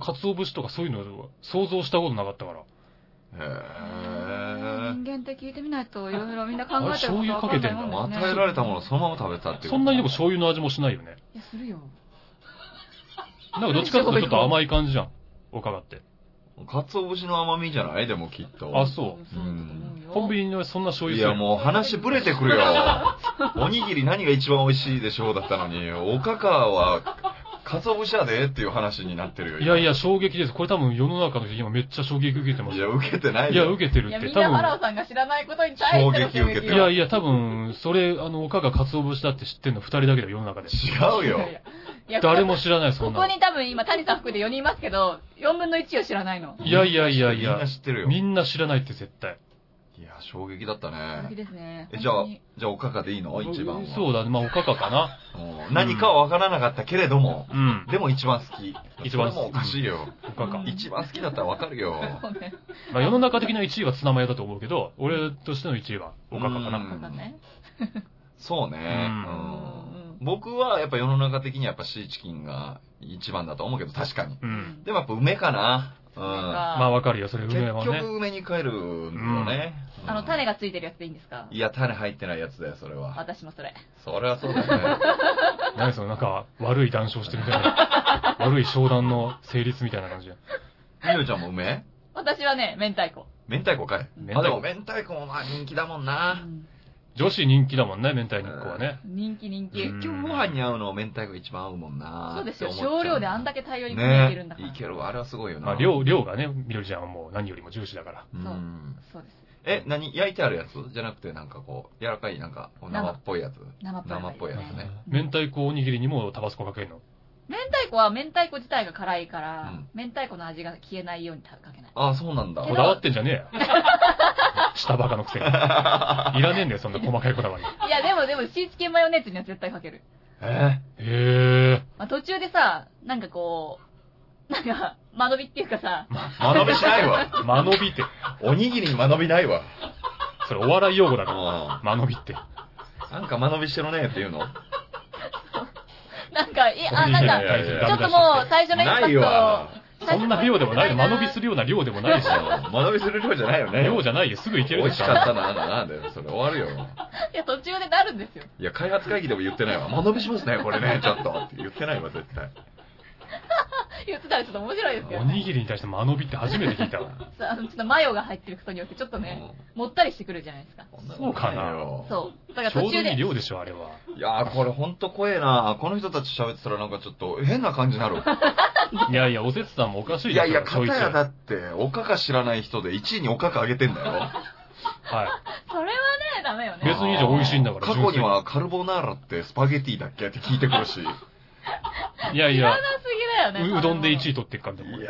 Speaker 1: かつお節とかそういうのは想像したことなかったから。
Speaker 2: へ
Speaker 3: 人間って聞いてみないといろいろみんな考え
Speaker 1: え
Speaker 3: て
Speaker 1: て
Speaker 3: る
Speaker 1: るこ
Speaker 3: こ
Speaker 1: とと
Speaker 3: わ
Speaker 1: わかんないいも
Speaker 3: かんなも
Speaker 1: ん
Speaker 3: んで
Speaker 1: です
Speaker 2: 与
Speaker 3: ね。
Speaker 2: えられたものをそのまま食べたっていう。
Speaker 1: そんなにでも醤油の味もしないよね。
Speaker 3: いや、するよ。
Speaker 1: なんかどっちかっていうとちょっと甘い感じじゃん。おかかって。
Speaker 2: かつお節の甘みじゃないでもきっと。
Speaker 1: あ、そ
Speaker 3: んそうだと思うよ。
Speaker 1: う。コンビニのそんな醤
Speaker 2: い
Speaker 1: 油
Speaker 2: や、もう話ぶれてく
Speaker 1: <laughs>
Speaker 2: るよ。おにぎり何が一番美味しいでしょうだったのに、おかかは、かつお節やでっていう話になってるよ。
Speaker 1: いやい。や、衝撃です。これ多分世の中の人今めっちゃ衝撃受けてます
Speaker 2: いや、受けてない
Speaker 1: いや、
Speaker 2: よ。
Speaker 1: 受けてる
Speaker 3: いや、
Speaker 1: って。
Speaker 3: みん
Speaker 1: 多
Speaker 3: な
Speaker 1: 分
Speaker 3: マラオさんが知らないことに対しての
Speaker 2: 衝撃受けて
Speaker 1: いやいや、多分、それ、あの、おかがかつお節だって知ってんの二人だけだよ、世の中で。
Speaker 2: 違うよ。
Speaker 3: いや
Speaker 1: 誰も知らない、そ
Speaker 3: こ
Speaker 1: ん
Speaker 3: こ
Speaker 1: な
Speaker 3: に多分今、谷さん含めて4人いますけど、4分の1を知らないの。
Speaker 1: の。いやいやいやい
Speaker 2: みん
Speaker 1: や
Speaker 2: な、知ってるよ。
Speaker 1: みんな知らないって絶対。
Speaker 2: いいや、衝撃だった
Speaker 3: 驚き
Speaker 2: ね。
Speaker 3: ですね。
Speaker 2: え、じゃあ
Speaker 3: 本当に、
Speaker 2: じゃあ、おかかでいいの一番は。
Speaker 1: そうだね。まあ、おかかかな。
Speaker 2: うん何かは分からなかったけれども、
Speaker 1: うん。
Speaker 2: でも一番好き。
Speaker 1: 一番好き
Speaker 2: それもおかしいよ。
Speaker 1: おかか。
Speaker 3: うん
Speaker 2: 一番好きだったら分かるよ。
Speaker 3: そうね。
Speaker 1: まあ、世の中的な1位はツナマヨだと思うけど、俺としての1位はおかかか
Speaker 2: うん
Speaker 1: な。
Speaker 3: わかんない。
Speaker 2: そうね。
Speaker 1: う
Speaker 2: うんん僕はやっぱ世の中的にはやっぱシーチキンが一番だと思うけど、確かに。
Speaker 1: うん。
Speaker 2: でもやっぱ梅かな。うん。
Speaker 1: まあ、
Speaker 3: あ、
Speaker 1: わかるよ、それ、
Speaker 2: 結
Speaker 1: 梅はね。
Speaker 2: 局梅に帰るんだよね。うん
Speaker 3: あの、種がついてるやつでいいんですか
Speaker 2: いや、種入ってないやつだよ、それは。
Speaker 3: 私もそれ。
Speaker 2: それはそうだよね。
Speaker 3: <laughs>
Speaker 1: 何その、なんか、悪い談笑してるみたいな。悪い商談の成立みたいな感じや。
Speaker 2: みよちゃんも梅
Speaker 3: 私はね、明太子。
Speaker 2: 明太子かい
Speaker 1: 明
Speaker 2: あ、で
Speaker 1: 太
Speaker 2: も
Speaker 1: 子。
Speaker 2: 明太子もまあ人気だもん
Speaker 3: う
Speaker 2: な。
Speaker 3: ん
Speaker 1: 女子人気だもんね、明太子はね。
Speaker 3: 人気人気
Speaker 1: う。ん
Speaker 2: 結局ご飯に合うのは明太子一番合うもんな。
Speaker 3: そうですよ。
Speaker 2: って思っちゃ
Speaker 3: 少量であんだ
Speaker 2: け
Speaker 3: け大量に食べてるん
Speaker 2: ね
Speaker 3: だか
Speaker 2: い
Speaker 3: ら。
Speaker 2: けるわ。あれはすごいよな。
Speaker 1: まあ、量、量がね、みどりちゃんはもう何よりも重視だから。
Speaker 2: うん。
Speaker 3: そうです。
Speaker 2: え、何焼いてあるやつじゃなくて、なんかこう、柔らかい、なんか、こう生っぽいやつ。
Speaker 3: 生っぽい。
Speaker 2: 生っぽいやつね。
Speaker 1: 明太子おにぎりにもタバスコかけるの。
Speaker 3: 明太子は明太子自体が辛いから、
Speaker 2: うん
Speaker 3: 明太子の味が消えないようにかけない。
Speaker 2: ああ、そうなんだ。
Speaker 1: こだわってんじゃ
Speaker 3: <laughs>
Speaker 1: ねえよ。下バカのくせに。いらねえんだよ、そんな細かいこだわり。
Speaker 3: <laughs> いや、でもでも、シーチキンマヨネーズには絶対かける。
Speaker 2: え
Speaker 1: へえ。
Speaker 3: まあ、途中でさ、なんかこう、なんか、間延びっていうかさ、
Speaker 2: 間延びしないわ。
Speaker 1: 間延びって。
Speaker 2: おにぎりに間延びないわ。
Speaker 1: それお笑い用語だ
Speaker 2: う
Speaker 1: か
Speaker 2: ん。
Speaker 1: ら。間延びって。
Speaker 2: なんか間延びしてるねっていうの。
Speaker 3: なんか、いあ、なん
Speaker 1: い
Speaker 3: か、
Speaker 1: やいやいや
Speaker 3: ちょっともう、最初のインパ
Speaker 2: な
Speaker 3: ク
Speaker 2: いわ。
Speaker 3: ト、
Speaker 1: そんな量でもないよ。間延びす
Speaker 3: る。
Speaker 1: るような量でもないし。
Speaker 2: うん間延びする量じゃないよね。
Speaker 1: 量じゃないよ。すぐいける
Speaker 2: 美
Speaker 1: で
Speaker 2: 味
Speaker 1: し
Speaker 2: し
Speaker 1: ょ
Speaker 2: かったな、なんだよ。それ終わるよ。
Speaker 3: いや、途中でなるんですよ。
Speaker 2: いや、開発会議でも言ってないわ。間延びしますね、これ <laughs> ね、ちょっと。って言ってないわ、絶対。
Speaker 3: 言ってたらちょっと面白いですよ
Speaker 1: お
Speaker 3: ね。
Speaker 1: にぎりに対して間延びって初めて聞いたわ。
Speaker 3: さあのちょっとマヨが入ってることによって、ちょっとね、もったりしてくるじゃないですか。
Speaker 2: うん
Speaker 1: そうかな
Speaker 3: そう。だから
Speaker 1: ちょ
Speaker 3: 途
Speaker 1: うど
Speaker 3: 中
Speaker 1: いい
Speaker 3: で、
Speaker 1: 量でしょ、あれは。
Speaker 2: いやー、これほんと怖えな。この人たち喋ってたらなんかちょっと変な感じになる。
Speaker 1: いやいや、おせつさんもおかしい
Speaker 2: <laughs> い
Speaker 1: で
Speaker 2: や
Speaker 1: す
Speaker 2: い
Speaker 1: よ
Speaker 2: や、、
Speaker 1: ちょ
Speaker 2: 片
Speaker 1: いちょい。
Speaker 2: やだ
Speaker 1: は
Speaker 2: って、おかか知らない人で1位におかかあげてんだよ。
Speaker 3: それはね、ダメよ
Speaker 1: 別
Speaker 3: ね。
Speaker 1: にいいじゃん美味しいんだから
Speaker 2: 過去にはカルボナーラってスパゲティだっけって聞いてくるし。い
Speaker 1: い。いやい
Speaker 3: 知ら
Speaker 1: や
Speaker 3: な、すぎだよね。
Speaker 1: ううどんで1位
Speaker 3: 位。
Speaker 1: 取ってっかんでも。
Speaker 2: い
Speaker 1: 実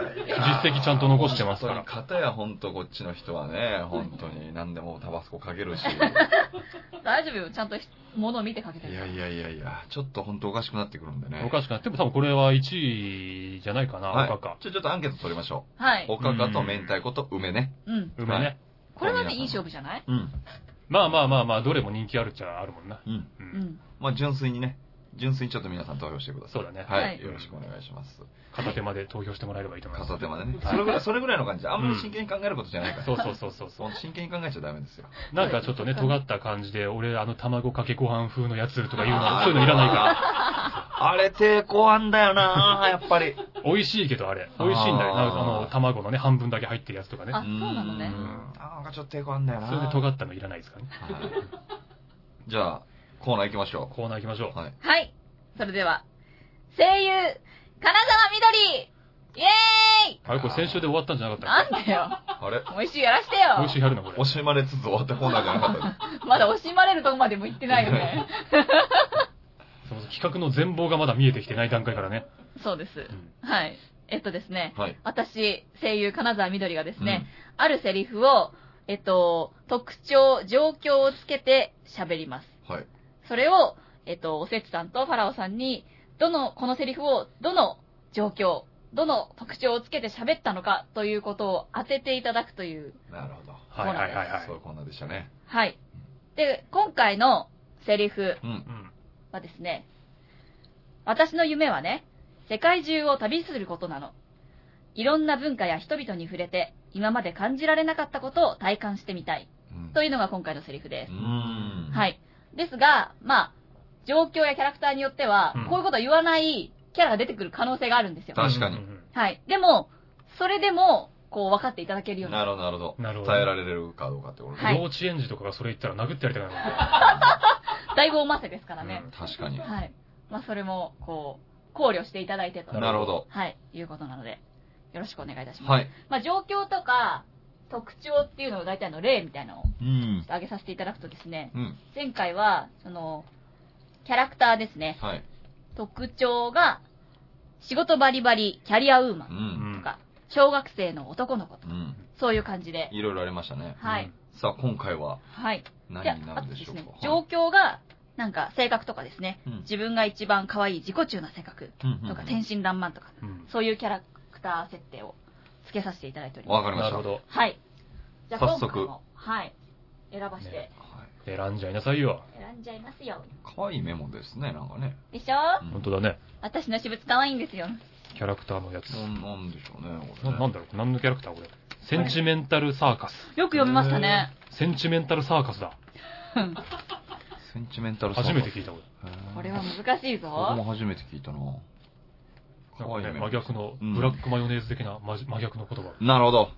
Speaker 1: 績ちゃんと残してますから
Speaker 2: 本当に片やほんとこっちの人はね、本当に何でもタバスコかけるし。
Speaker 3: 大丈夫よ。ちゃんと物を見てかけて
Speaker 2: い
Speaker 3: る。
Speaker 2: やいやいやいや、ちょっとほんとおかしくなってくるんでね。
Speaker 1: おかしくなっても多分これは1位じゃないかな、
Speaker 2: はい
Speaker 1: おかか。
Speaker 2: ちょ、ちょっとアンケート取りましょ
Speaker 3: は
Speaker 2: う。
Speaker 3: い。
Speaker 2: おかかと明太子と梅ね。
Speaker 3: うん。
Speaker 1: 梅ね。
Speaker 3: これはね、
Speaker 2: 皆さん
Speaker 3: いい勝負じゃない
Speaker 2: うん。
Speaker 1: まあまあまあまあ、どれも人気あるっちゃあるもんな。
Speaker 2: うん。
Speaker 1: う。
Speaker 3: うんん。
Speaker 2: まあ純粋にね、純粋にちょっと皆さん投票してください。
Speaker 1: そうだね
Speaker 2: は。
Speaker 3: はいい
Speaker 2: よろしくお願いします。
Speaker 1: 片手まで投票してもらえればいいと思います。
Speaker 2: 片手までね。
Speaker 1: はい
Speaker 2: それぐらい、それぐらいの感じ。あんまり真剣に考えることじゃないから。
Speaker 1: そう
Speaker 2: <laughs>
Speaker 1: そうそうそうそ
Speaker 2: そう真剣に考えちゃダメですよ。。
Speaker 1: う。なんかちょっとね、尖った感じで、俺、あの、卵かけご飯風のやつとか言うの、そういうのいらないから
Speaker 2: <laughs> あれ抵抗あんだ
Speaker 1: <laughs>
Speaker 2: よなやっぱり。
Speaker 1: ら。美味しいけど、あれ。美味しいんだよ。
Speaker 2: あー
Speaker 1: なんかあの、卵のね、半分だけ入ってるやつとかね
Speaker 3: あ。そうなのね
Speaker 2: うんなんかちょっと抵抗あんだよな
Speaker 1: それで尖ったのいらないですからね。
Speaker 2: はいじゃあ、コーナー行きましょ
Speaker 1: コーナー行きましょ
Speaker 2: う。はい。
Speaker 3: はい。それでは、声優、金沢みどりイエーイ
Speaker 1: う。あれ、これ先週で終わったんじゃなかった
Speaker 3: な
Speaker 1: っ
Speaker 3: んだよ。
Speaker 2: あれ
Speaker 3: もう一周やらして
Speaker 1: けもう一周
Speaker 3: よ。
Speaker 1: やるの、これ。
Speaker 2: 惜しまれつつ終わったコーナーじゃなかった
Speaker 3: まだ惜しまれるとこまでも行ってない
Speaker 1: <laughs>
Speaker 3: よね。
Speaker 1: その企画の全貌がまだ見えてきてない段階からね。
Speaker 3: そうです。はい。えっとで
Speaker 1: <laughs>
Speaker 3: すね。
Speaker 2: はい。
Speaker 3: 私、声優金沢みどりがですね、あるセリフを、えっと、特徴、状況をつけて喋ります。
Speaker 2: はい。
Speaker 3: それを、えっと、おせつさんとファラオさんに、どの、このセリフを、どの状況、どの特徴をつけて喋ったのかということを当てていただくという、
Speaker 2: なるほど。
Speaker 1: はいはいはいはい
Speaker 2: そういう。コーナーでしたね。
Speaker 3: はい。で、今回のセリフ
Speaker 2: うん。
Speaker 3: はですね、私の夢はね、世界中を旅することなの。いろんな文化や人々に触れて、今まで感じられなかったことを体感してみたい。
Speaker 2: うん
Speaker 3: というのが今回のセリフです
Speaker 2: う。ん。
Speaker 3: はい。ですが、まあ、状況やキャラクターによっては
Speaker 1: うん、
Speaker 3: こういうことを言わないキャラが出てくる可能性があるんですよ。
Speaker 2: 確かに
Speaker 1: うんうん
Speaker 3: はい。でも、それでも、こう、分かっていただけるよう
Speaker 2: な
Speaker 3: な。
Speaker 2: るほど、なるほ
Speaker 1: うんなるほ
Speaker 2: ど。
Speaker 1: ど。
Speaker 2: 耐えられるかどうかってことね
Speaker 3: はい
Speaker 1: 幼稚園児とかがそれ言ったら殴ってやりたくなるもんね。
Speaker 3: だいぶおませですからね。
Speaker 2: 確かに。
Speaker 3: はい。まあ、それも、こう、考慮していただいてと。
Speaker 2: なるほど。
Speaker 3: はい。いうことなので、よろしくお願いいたします。
Speaker 2: はい。
Speaker 3: まあ、状況とか、特徴っていうのを大体の例みたいなのを
Speaker 2: うん。
Speaker 3: 挙げさせていただくとですね、
Speaker 2: うん。
Speaker 3: 前回は、その、キャラクターですね。
Speaker 2: はい。
Speaker 3: 特徴が、仕事バリバリ、キャリアウーマ
Speaker 2: う
Speaker 1: <laughs>
Speaker 3: ン
Speaker 1: うん
Speaker 2: ん。
Speaker 3: とか、小学生の男の子と
Speaker 2: う
Speaker 3: か、
Speaker 2: ん。
Speaker 3: そういう感じで、
Speaker 2: いろいろありましたね。
Speaker 3: は
Speaker 1: う
Speaker 3: い
Speaker 1: ん。
Speaker 2: さあ、今回は
Speaker 3: はい。
Speaker 2: 何
Speaker 3: で、
Speaker 2: にな
Speaker 3: あ
Speaker 2: る
Speaker 3: と
Speaker 2: んで
Speaker 3: で
Speaker 2: し
Speaker 3: す
Speaker 2: ょうか
Speaker 3: ね、状況が、なんか性格とかですね、
Speaker 2: うん
Speaker 3: 自分が一番可愛い自己中な性格
Speaker 2: うんうん
Speaker 3: とか、天真爛漫とか、
Speaker 1: うん。
Speaker 3: そういうキャラクター設定をつけさせていただいており
Speaker 2: わ
Speaker 3: ま
Speaker 2: かりま
Speaker 1: な
Speaker 2: し
Speaker 1: るほ
Speaker 2: た。
Speaker 1: ど。
Speaker 3: す。はい。じゃあ、
Speaker 2: 早速
Speaker 3: 今回も、はい。選ばして、
Speaker 1: ね
Speaker 2: はい
Speaker 1: 選んじゃいなさいよ。
Speaker 3: 選んじゃいますよ。
Speaker 2: 可愛いメモですね、なんかね。
Speaker 3: でしょ
Speaker 2: うん
Speaker 1: 本当だね。
Speaker 3: 私の私物可愛いんですよ。
Speaker 1: キャラクターのやつ。
Speaker 2: なんなんでしょうね、これ
Speaker 1: な
Speaker 2: ね
Speaker 1: なんだろう何のキャラクターこれ。センチメンタルサーカス。
Speaker 3: よく読みましたね。
Speaker 1: センチメンタルサーカスだ。
Speaker 2: センチメンタル
Speaker 1: 初めて聞
Speaker 2: い
Speaker 1: いた俺。
Speaker 3: これは難しい
Speaker 2: 僕も
Speaker 3: ぞ。
Speaker 2: 初めて聞いたな。可愛い
Speaker 1: なんか
Speaker 2: メ
Speaker 1: ね、
Speaker 2: モ
Speaker 1: 真。逆の、
Speaker 2: うん
Speaker 1: ブラックマヨネーズ的なまじ真逆の言葉。
Speaker 2: なるほど。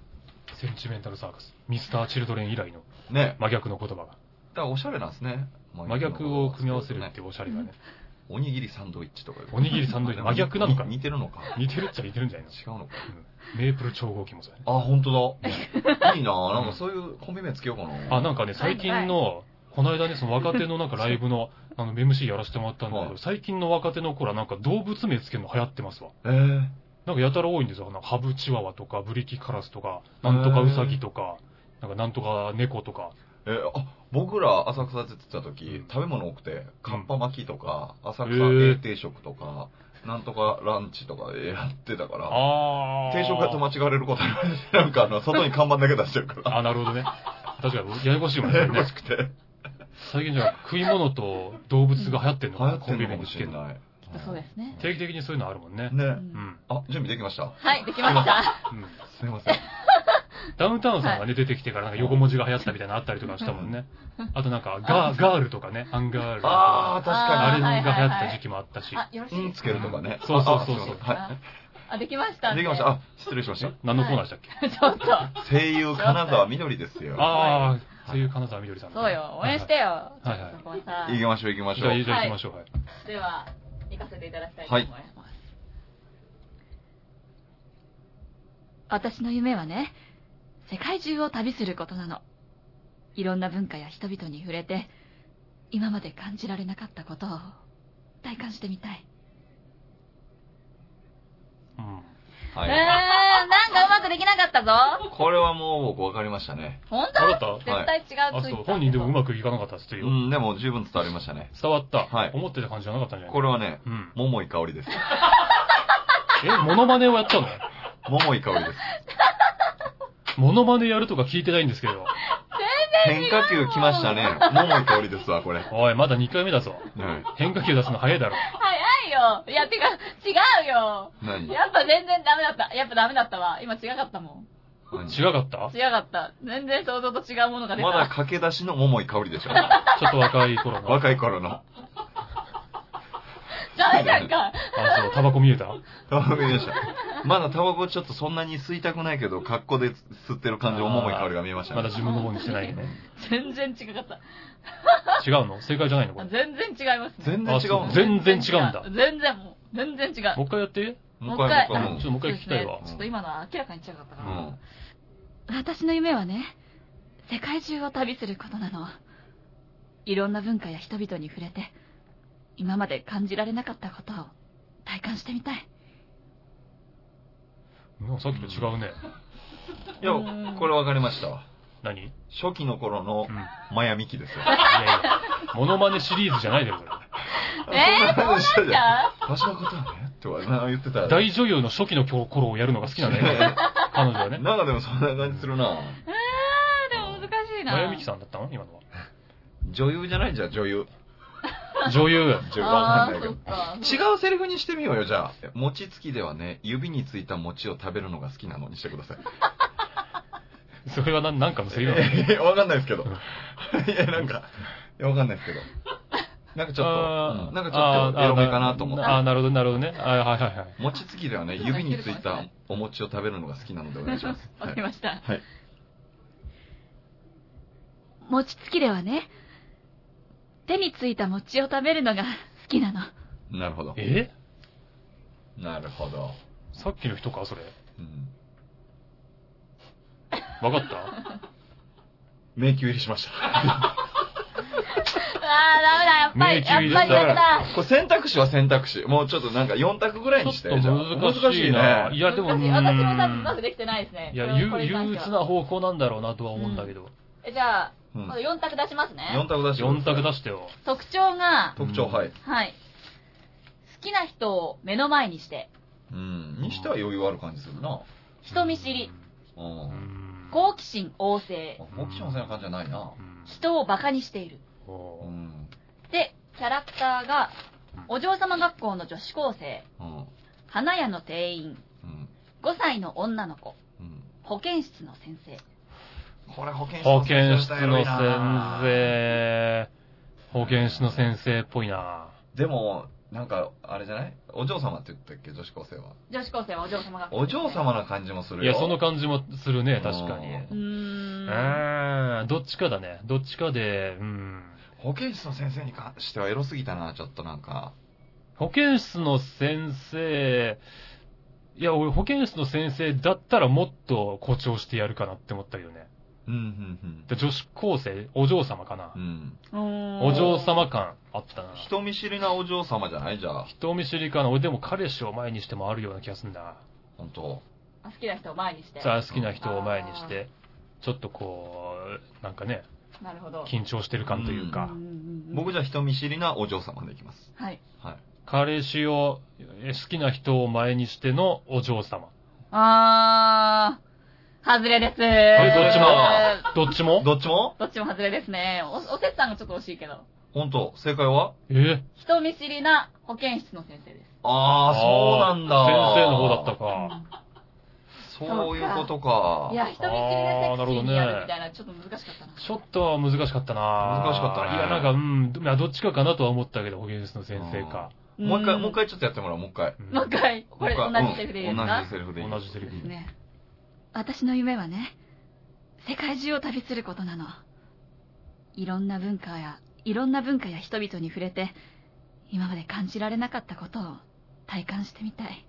Speaker 1: センチメンタルサーカス。ミスター・チルドレン以来の
Speaker 2: ね。
Speaker 1: 真逆の言葉が。
Speaker 2: だからおしゃれなんですね。
Speaker 1: 真逆を組み合わせる
Speaker 2: ね
Speaker 1: って。おしゃれだね。
Speaker 2: おにぎりサンドイッチとかいう
Speaker 1: おにぎりサンドイッチ真逆なのか
Speaker 2: 似てるのか。
Speaker 1: 似てるっちゃ似てるんじゃないの
Speaker 2: 違うのか。
Speaker 1: うんメープル超合金もそうやね。
Speaker 2: あ、本当
Speaker 1: <laughs>
Speaker 2: だ。いいななんかそういうコンビ名つけようかな。
Speaker 1: あ、なんかね、最近の、この間ね、その若手のなんかライブ
Speaker 2: <laughs>
Speaker 1: の、あの、MC やらせてもらったんだけ
Speaker 2: は
Speaker 1: ど、
Speaker 2: い
Speaker 1: 最近の若手の頃はなんか動物名つけるの流行ってますわ。
Speaker 2: えー
Speaker 1: なんかやたら多いんですよ。なんかハブチワワとか、ブリキカラスとか、なんとかウサギとか、なんかなんとか猫とか。
Speaker 2: えーあ、僕ら浅草出てた時
Speaker 1: うん、
Speaker 2: 食べ物多くて、かっぱ巻きとか、浅草
Speaker 1: へー
Speaker 2: 定定食とか、なんとかランチとかやってたから、
Speaker 1: あー。
Speaker 2: 定食屋と間違われることあります <laughs> なんかあの、外に看板だけ出してるか
Speaker 1: <laughs>
Speaker 2: ら。
Speaker 1: あ、なるほどね。確かに、ややこしいもん
Speaker 2: <laughs> や
Speaker 1: ね
Speaker 2: や。こしくて。
Speaker 1: 最近じゃあ食い物と動物 <laughs> が流行ってん
Speaker 2: 流
Speaker 1: のかな、
Speaker 2: 行っ
Speaker 1: コ
Speaker 2: て
Speaker 1: ンビ
Speaker 2: る
Speaker 1: 名
Speaker 2: のか
Speaker 1: に
Speaker 2: も
Speaker 1: つ
Speaker 2: し
Speaker 1: け
Speaker 2: れ
Speaker 1: るの。
Speaker 2: ない。
Speaker 3: きっとそうですね。
Speaker 1: 定期的にそういうのあるもんね。
Speaker 3: う
Speaker 2: ね。
Speaker 1: うんん。
Speaker 2: あ、準備できました。
Speaker 3: はい、できました。
Speaker 1: うん
Speaker 2: すいません。
Speaker 1: ダウンタウンさんがね、出てきてからなんか横文字が流行ったみたいなのあったりとかしたもんね。あとなんか、ガー、ガールとかね、アンガールと
Speaker 2: あ
Speaker 1: か。
Speaker 2: あ、確か
Speaker 1: あ
Speaker 2: に。
Speaker 1: れ
Speaker 3: ー
Speaker 1: が
Speaker 3: は
Speaker 1: 流
Speaker 3: い
Speaker 1: 行
Speaker 3: はいはい
Speaker 1: った時期もあったし。
Speaker 3: あ、よろしい
Speaker 2: うん
Speaker 3: です
Speaker 2: つけるとかね。
Speaker 1: そうそうそうそう
Speaker 2: ああすいません
Speaker 3: かあ、できましたん
Speaker 2: はい。
Speaker 3: で。
Speaker 2: できました。あ、失礼しま
Speaker 1: <laughs>
Speaker 2: した
Speaker 1: え。何のコーナーしたっけ
Speaker 3: ちょっと。
Speaker 2: 声優金沢みどりですよ。
Speaker 1: ああ、そういう金沢みどりさんの
Speaker 3: そうよ、応援してよ。
Speaker 1: はいはい
Speaker 3: ちょっとそこはさ
Speaker 2: 行きましょう行きまし
Speaker 1: じ
Speaker 2: ょ
Speaker 1: ゃ
Speaker 2: う
Speaker 1: あ、。じゃあ行きましょう。はい。
Speaker 3: では、行かせていただきたいと思います。私の夢はね、世界中を旅することなの。いろんな文化や人々に触れて、今まで感じられなかったことを体感してみたい。
Speaker 1: うん。
Speaker 3: うーん、
Speaker 2: はい。
Speaker 3: なんかうまくできなかったぞ。
Speaker 2: これはもう僕分かりましたね。
Speaker 3: 本
Speaker 1: わ
Speaker 3: 当
Speaker 1: かった
Speaker 3: 絶対違うツイッター
Speaker 1: あ、そう。本人でもうまくいかなかったっつってる
Speaker 2: う
Speaker 1: よ。
Speaker 2: ん、でも十分伝わりましたね。
Speaker 1: 伝わった。
Speaker 2: はい
Speaker 1: 思ってた感じじゃなかったんじゃない
Speaker 2: これはね、
Speaker 1: うん。
Speaker 2: 桃井香りです。
Speaker 1: え、モノマネをやったの
Speaker 2: 桃井
Speaker 1: <laughs>
Speaker 2: 香りです。
Speaker 1: モノマネやるとか聞いてないんですけど。
Speaker 2: 変化球来ましたね。桃井香りですわ、これ。は
Speaker 1: おい、まだ2回目だぞ。
Speaker 2: い。
Speaker 1: 変化球出すの早いだろ。
Speaker 3: 早いよ。いや、てか、違うよ。
Speaker 2: 何
Speaker 3: やっぱ全然ダメだった。やっぱダメだったわ。今違かったも
Speaker 2: 何
Speaker 1: 違かった
Speaker 3: ん。違かった。全然想像と違うものが出た。
Speaker 2: まだ駆け出しの桃井香り
Speaker 1: <laughs>
Speaker 2: でしょ。
Speaker 1: ちょっと若い頃の。
Speaker 2: 若い頃の。
Speaker 3: ダメじゃんか。
Speaker 1: あ、そう、タバコ見えた
Speaker 2: タバコ見えました。まだタバコちょっとそんなに吸いたくないけど、格好で吸ってる感じの桃井香りが見えました
Speaker 1: まだ
Speaker 2: ね。
Speaker 1: 自分の方にしてないよね。
Speaker 3: 全然違かった。
Speaker 1: 違うの正解じゃないのこれ。も
Speaker 3: 全然違いますね。
Speaker 2: 全然違うもん
Speaker 1: あそ全然違うんだ
Speaker 3: 全然もう、全然違う。
Speaker 1: う一回やって。
Speaker 2: もう一回、
Speaker 1: ち
Speaker 2: も
Speaker 1: ょ
Speaker 2: う
Speaker 1: っ
Speaker 2: 一
Speaker 1: と
Speaker 2: 回。
Speaker 1: もう一回聞きたいわ
Speaker 3: そうですね。ちょっと今のは明らかに違かったか
Speaker 2: う
Speaker 3: ら。
Speaker 2: ん。
Speaker 3: 私の夢はね、世界中を旅することなの。いろんな文化や人々に触れて、今まで感じられなかったことを体感してみたい。
Speaker 1: なんかさっきと違うね。
Speaker 2: いや、これ分かりましたわ。
Speaker 1: 何うん。い
Speaker 2: 初期の頃のマヤミキです
Speaker 1: <laughs>
Speaker 2: よ。
Speaker 1: やいや、モノマネシリーズじゃないだよ、これ。
Speaker 3: えー、 <laughs> そうなんだ
Speaker 2: 私のことはね、とかなんか言ってた。
Speaker 1: 大女優の初期の頃をやるのが好きなんだよ、
Speaker 2: <laughs>
Speaker 1: ね、彼女はね。
Speaker 2: なんかでもそんな感じするな。
Speaker 3: えー、でも難しいな。
Speaker 1: まやみきさんだったの今のは。
Speaker 2: 女優じゃないじゃん、女優。
Speaker 1: 女優。
Speaker 2: 女優わか
Speaker 3: あ
Speaker 2: んない
Speaker 3: ー
Speaker 2: け
Speaker 3: そ
Speaker 2: ど
Speaker 3: っ。か。
Speaker 2: 違うセリフにしてみようよ、じゃあ。餅つきではね、指についた餅を食べるのが好きなのにしてください。
Speaker 1: それはななんかのセリフなの
Speaker 2: えーわかんないですけど。 <laughs> いや、なんか、いやわかんないですけど。なんかちょっ
Speaker 1: あ
Speaker 2: と、う
Speaker 1: ー
Speaker 2: んなんかちょっとエロめかなと思って。
Speaker 1: あー、なるほど、なるほどね。あーはいはいはい。
Speaker 2: 餅つきではね、指についたお餅を食べるのが好きなのでお願いします。
Speaker 1: <laughs>
Speaker 2: は
Speaker 3: わか
Speaker 2: い
Speaker 3: りました。
Speaker 2: はい。
Speaker 3: 餅つきではね、手についた餅を食べるのが好きなの。
Speaker 2: なるほど。
Speaker 1: え
Speaker 2: なるほど。
Speaker 1: さっきの人か、それ。
Speaker 2: うん
Speaker 1: わかった
Speaker 2: 迷宮入りしました。
Speaker 3: あー、ダメだ、やっぱり、
Speaker 1: 迷
Speaker 3: や
Speaker 1: 宮入り
Speaker 3: っぱりダメ
Speaker 1: だ
Speaker 3: だ。
Speaker 2: これ選択肢は選択肢。もうちょっとなんか4択ぐらいにし
Speaker 1: ち
Speaker 2: て。
Speaker 1: ょっと難しい
Speaker 2: じゃ
Speaker 1: な。
Speaker 2: あ
Speaker 1: い
Speaker 2: 難しいね。
Speaker 1: や、でも、
Speaker 3: 難しい私も多分うまくできてないですね。
Speaker 1: いや、
Speaker 3: これ
Speaker 1: 憂
Speaker 3: これに関
Speaker 1: 憂
Speaker 3: して
Speaker 1: 鬱
Speaker 3: は
Speaker 1: な方向なんだろうなとは思うんだけど。
Speaker 3: えじゃあ、
Speaker 2: う
Speaker 3: こ
Speaker 2: ん
Speaker 3: の。4択出しますね
Speaker 2: 4。択出して
Speaker 1: 4択出してよ。
Speaker 3: 特徴が、
Speaker 2: 特徴、はい。
Speaker 3: はい。好きな人を目の前にして、
Speaker 2: うん。にしては余裕ある感じするな。
Speaker 3: 人見知り、
Speaker 2: う。
Speaker 1: うんん。
Speaker 3: 好奇心旺盛、
Speaker 2: あモキションさんの感じじゃないな
Speaker 1: う。ん
Speaker 3: 人をバカにしている。
Speaker 2: う
Speaker 1: おー
Speaker 2: ん。
Speaker 3: で、キャラクターが、お嬢様学校の女子高生、
Speaker 2: うん。
Speaker 3: 花屋の店員、
Speaker 2: うん。
Speaker 3: 5歳の女の子、
Speaker 2: うん。
Speaker 3: 保健室の先生。
Speaker 2: これ保健室
Speaker 1: 保
Speaker 2: の
Speaker 1: 健
Speaker 2: 先
Speaker 1: 室
Speaker 2: 生
Speaker 1: の先生、保健室の先生っぽいな
Speaker 2: でも、なんか、あれじゃないお嬢様って言ったっけ女子高生は。
Speaker 3: 女子高生はお嬢様学校。
Speaker 2: お嬢。様な感じもす
Speaker 1: い
Speaker 2: るよ。
Speaker 1: や、その感じもするね、確かに。
Speaker 3: うーん。
Speaker 1: うん、どっちかだね。どっちかで、うん。
Speaker 2: 保健室の先生に関してはエロすぎたな、ちょっとなんか。
Speaker 1: 保健室の先生、いや、俺保健室の先生だったらもっと誇張してやるかなって思ったけどね。
Speaker 2: うん、
Speaker 1: で女子高生、お嬢様かな
Speaker 2: うん、う。ん。
Speaker 3: うーん
Speaker 1: お嬢。様感あったな。
Speaker 2: 人見知りなお嬢様じゃないじゃあ。
Speaker 1: 人見知りかな。俺でも彼氏を前にしてもあるような気がするんだ。
Speaker 2: 本当。
Speaker 3: あ好きな人を前にして。
Speaker 1: さあ、好きな人を前にして、ちょっとこう、なんかね、
Speaker 3: なるほど。
Speaker 1: 緊張してる感というか、
Speaker 3: うんうんうん
Speaker 2: 僕じゃあ人見知りなお嬢様でいきます。
Speaker 3: はい。
Speaker 2: はい。
Speaker 1: 彼氏を、え好きな人を前にしてのお嬢
Speaker 2: <laughs>
Speaker 1: 様。
Speaker 3: あー、外れです。
Speaker 1: れどっちもどっちも
Speaker 2: どっちも
Speaker 3: どっちも外れですね。お、おせつさんがちょっと惜しいけど。
Speaker 2: 本当。正解は
Speaker 1: え
Speaker 3: 人見知りな保健室の先生です。
Speaker 2: ああ、そうなんだ。
Speaker 1: 先生の方だったか。
Speaker 2: そういうことか。
Speaker 3: いや、人見知りでセ
Speaker 1: あーな
Speaker 3: ク
Speaker 1: る
Speaker 3: シ
Speaker 1: ほどね
Speaker 3: ーにやるみたいな、ちょっと難しかったな。
Speaker 1: ちょっと難しかったな
Speaker 2: 難しかったね
Speaker 1: いや、なんか、うん、まあどっちかかなとは思ったけど、保健室の先生か。
Speaker 2: もう一回、もう一回
Speaker 3: 回。
Speaker 2: ちょっとやってもらおう、もう一回。
Speaker 1: うん
Speaker 3: もう一回。これ、
Speaker 2: もう
Speaker 3: 同
Speaker 2: 一回
Speaker 3: じセリフでいいです
Speaker 2: うん
Speaker 3: か
Speaker 2: 同じセリフでいい。
Speaker 1: 同じセリフ。
Speaker 3: ね。
Speaker 4: 私の夢はね、世界中を旅することなの。いろんな文化や、いろんな文化や人々に触れて、今まで感じられなかったことを体感してみたい。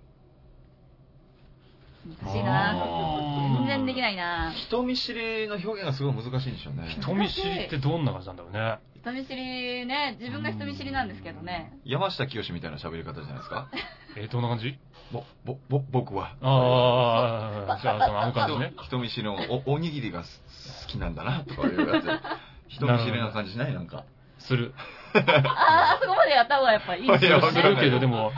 Speaker 3: 難しいな
Speaker 2: あ
Speaker 1: ー
Speaker 3: 全然できないな
Speaker 2: 人見知りの表現がすごい難しいんでしょうね。
Speaker 1: 人見知りってどんな感じなんだろうね。
Speaker 3: 人見知りね、自分が人見知りなんですけどね。
Speaker 2: 山下清みたいな喋り方じゃないですか。
Speaker 1: えーどんな感じ
Speaker 2: ぼ、ぼ、ぼ、僕は。
Speaker 1: ああ、じゃあ、その、あの感じね。
Speaker 2: 人見知りのおおにぎりがす好きなんだなとかいうやつ。人見知りな感じしないなんか。
Speaker 1: する。
Speaker 3: あー、あそこまでやった方がやっぱいいです
Speaker 1: い
Speaker 2: い
Speaker 1: や
Speaker 2: や
Speaker 3: よ。
Speaker 2: わかん
Speaker 1: す
Speaker 2: ない
Speaker 1: るけど、でも、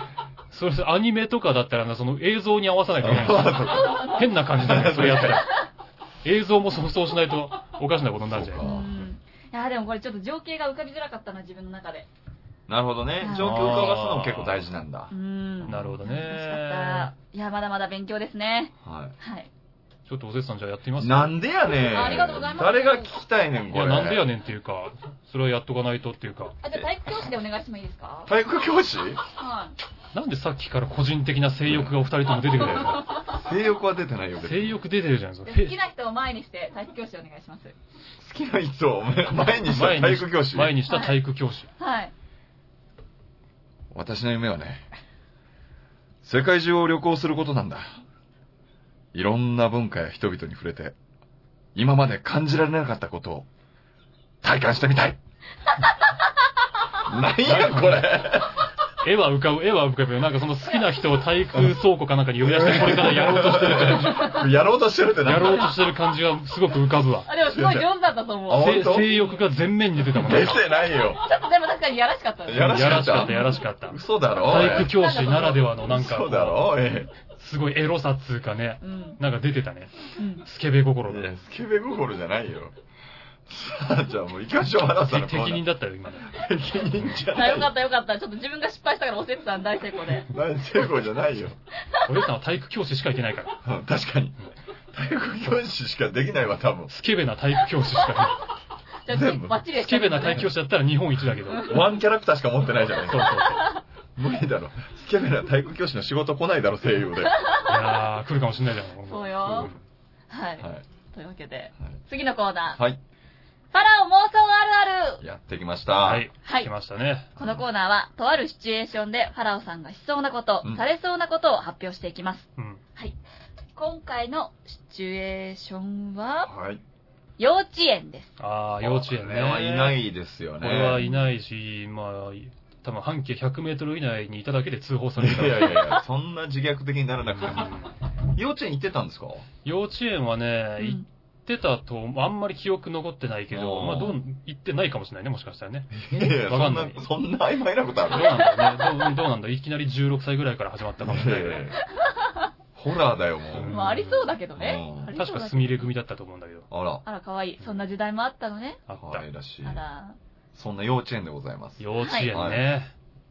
Speaker 1: それ、アニメとかだったらな、その映像に合わさない
Speaker 2: <laughs>
Speaker 1: といけないから。変な感じだね、それやったら。映像も想像しないと、おかしなことになっちゃう
Speaker 2: そう
Speaker 3: う
Speaker 2: か。
Speaker 3: ん。いやーでもこれちょっと情景が浮かびづらかったな、自分の中で。
Speaker 2: なるほどね。状況を伺すのも結構大事なんだ
Speaker 3: う。ん。
Speaker 1: なるほどね
Speaker 3: 楽しかった。いや、まだまだ勉強ですね。
Speaker 2: は
Speaker 3: はい。
Speaker 1: ちょっとおせつさんじゃあやってみま
Speaker 2: い。
Speaker 1: す
Speaker 2: なんでやねん。
Speaker 3: ありがとうございます
Speaker 2: 誰が聞きたいねん、
Speaker 1: い
Speaker 2: これ。
Speaker 1: や、なんでやねんっていうか、それはやっとかないとっていうか、
Speaker 3: あ、じゃあ体育教師でお願いしてもいいですか
Speaker 2: 体育教師
Speaker 3: はい。
Speaker 1: なんでさっきから個人的な性欲がお二人とも出てくるんです
Speaker 2: <laughs>
Speaker 1: か
Speaker 2: 性欲は出てないよ。別に
Speaker 1: 性欲出てるじゃない
Speaker 3: で
Speaker 1: で
Speaker 3: 好
Speaker 1: す
Speaker 3: き
Speaker 1: か。
Speaker 3: な人を前にして体育教師お願いします。
Speaker 2: 好きな人を前にした
Speaker 1: 前
Speaker 2: 体育教師。
Speaker 1: 前にした体育教師。
Speaker 3: はい。
Speaker 2: 私の夢はね、世界中を旅行することなんだ。いろんな文化や人々に触れて、今まで感じられなかったことを体感してみ
Speaker 1: <laughs>
Speaker 2: たい。なんやこれ。
Speaker 1: 絵は浮かぶ、絵は浮かぶよ。なんかその好きな人を体育倉庫かなんかに呼び出して、これからやろうとしてる感
Speaker 2: <laughs> やろうとしてるって
Speaker 1: じ、
Speaker 2: な
Speaker 1: や
Speaker 2: んだ
Speaker 1: ろうとしてる感じがすごく浮かぶわ。
Speaker 3: あ、でもすごい上手だったと思
Speaker 2: あ
Speaker 3: う。
Speaker 1: 性
Speaker 2: 本当
Speaker 1: 性欲が全面に出てたもん
Speaker 2: 出
Speaker 1: ね。
Speaker 2: てないよ。
Speaker 3: ちょっとでも確かにやらしかったです
Speaker 2: やらしかった
Speaker 1: かった、やらしかった。
Speaker 2: 嘘だろ
Speaker 1: 体育教師ならではのなんか、
Speaker 2: そうだろえ
Speaker 1: すごいエロさっつうかね
Speaker 3: う、ん。
Speaker 1: なんか出てたね。
Speaker 3: うん。
Speaker 1: スケベ
Speaker 2: え
Speaker 1: 心
Speaker 2: い
Speaker 1: が。
Speaker 2: や、スケベ心じゃないよ。さあ、じゃあもう行きましょう、あなたのコーナー
Speaker 1: 適任だったよ、今ね。
Speaker 2: 適任じゃ
Speaker 3: あ
Speaker 2: ない。
Speaker 3: よかったよかった。ちょっと自分が失敗したからおせつさん大成功で。
Speaker 2: 大成功じゃないよ。
Speaker 1: 俺さんは体育教師しかいけないから。
Speaker 2: うん確かに。体育教師しかできないわ、多分。
Speaker 1: スケベな体育教師しか
Speaker 3: じゃ
Speaker 2: 全部
Speaker 3: あ、バッチリ
Speaker 1: い
Speaker 3: <laughs> で
Speaker 1: ス
Speaker 3: した
Speaker 1: ケ
Speaker 3: ね
Speaker 1: ベな体育教師だったら日本一だけど。そう
Speaker 2: ワンキャラクターしか持ってないじゃない
Speaker 1: そうそう。
Speaker 2: 無理だろ。スケベな体育教師の仕事来ないだろ、声優で。はい。
Speaker 1: やー、来るかもしんないじゃん。
Speaker 3: そうよ。はいい。
Speaker 2: は
Speaker 3: というわけで、
Speaker 2: い
Speaker 3: 次のコーナー。
Speaker 2: はい。
Speaker 3: ファラオ妄想あるある
Speaker 2: やってきました。
Speaker 1: はい。
Speaker 3: はい
Speaker 1: 来ましたね。
Speaker 3: このコーナーは、とあるシチュエーションでファラオさんがしそうなこと、
Speaker 2: うん
Speaker 3: されそうなことを発表していきます。
Speaker 1: うん。
Speaker 3: 今回のシチュエーションは、
Speaker 2: はい。
Speaker 3: 幼稚園です。
Speaker 1: あー、幼稚園
Speaker 2: こ
Speaker 1: ね。。
Speaker 2: れはいないいですよ
Speaker 1: こ
Speaker 2: ね。
Speaker 1: れはいないし、まあ、多分半径100メートル以内にいただけで通報されるか
Speaker 2: いやい
Speaker 1: ら。
Speaker 2: やいや、そんな自虐的にならなくても。幼稚園行ってたんですか
Speaker 1: 幼稚園はね、
Speaker 3: うん
Speaker 1: 行っってたと、あんまり記憶残ってないけど、
Speaker 2: あー
Speaker 1: まあ、どう、行ってないかもしれないね、もしかしたらね。 <laughs>
Speaker 2: いやいや、そ
Speaker 1: わか
Speaker 2: ん
Speaker 1: んな、
Speaker 2: ないそんな曖昧なこと
Speaker 1: ど
Speaker 2: あ
Speaker 1: う
Speaker 2: る
Speaker 1: <laughs> なんだろうね。どうどうなんだいきなり16歳ぐらいから始まったかもしれないぐらい。
Speaker 2: ええホラーだよ、もう。
Speaker 1: うん
Speaker 3: まあ、ありそうだけどね
Speaker 2: う。ん
Speaker 3: ありそうだけ
Speaker 1: 確
Speaker 3: ど
Speaker 1: かスミレ組だったと思うんだけど。
Speaker 2: あら、
Speaker 3: あら、かわいい。そんな時代もあったのね。
Speaker 1: あっ
Speaker 2: 可愛
Speaker 1: た。
Speaker 2: らしい
Speaker 3: あ。ら。
Speaker 2: そんな幼稚園でございます。
Speaker 1: 幼稚園
Speaker 2: はい
Speaker 1: ね。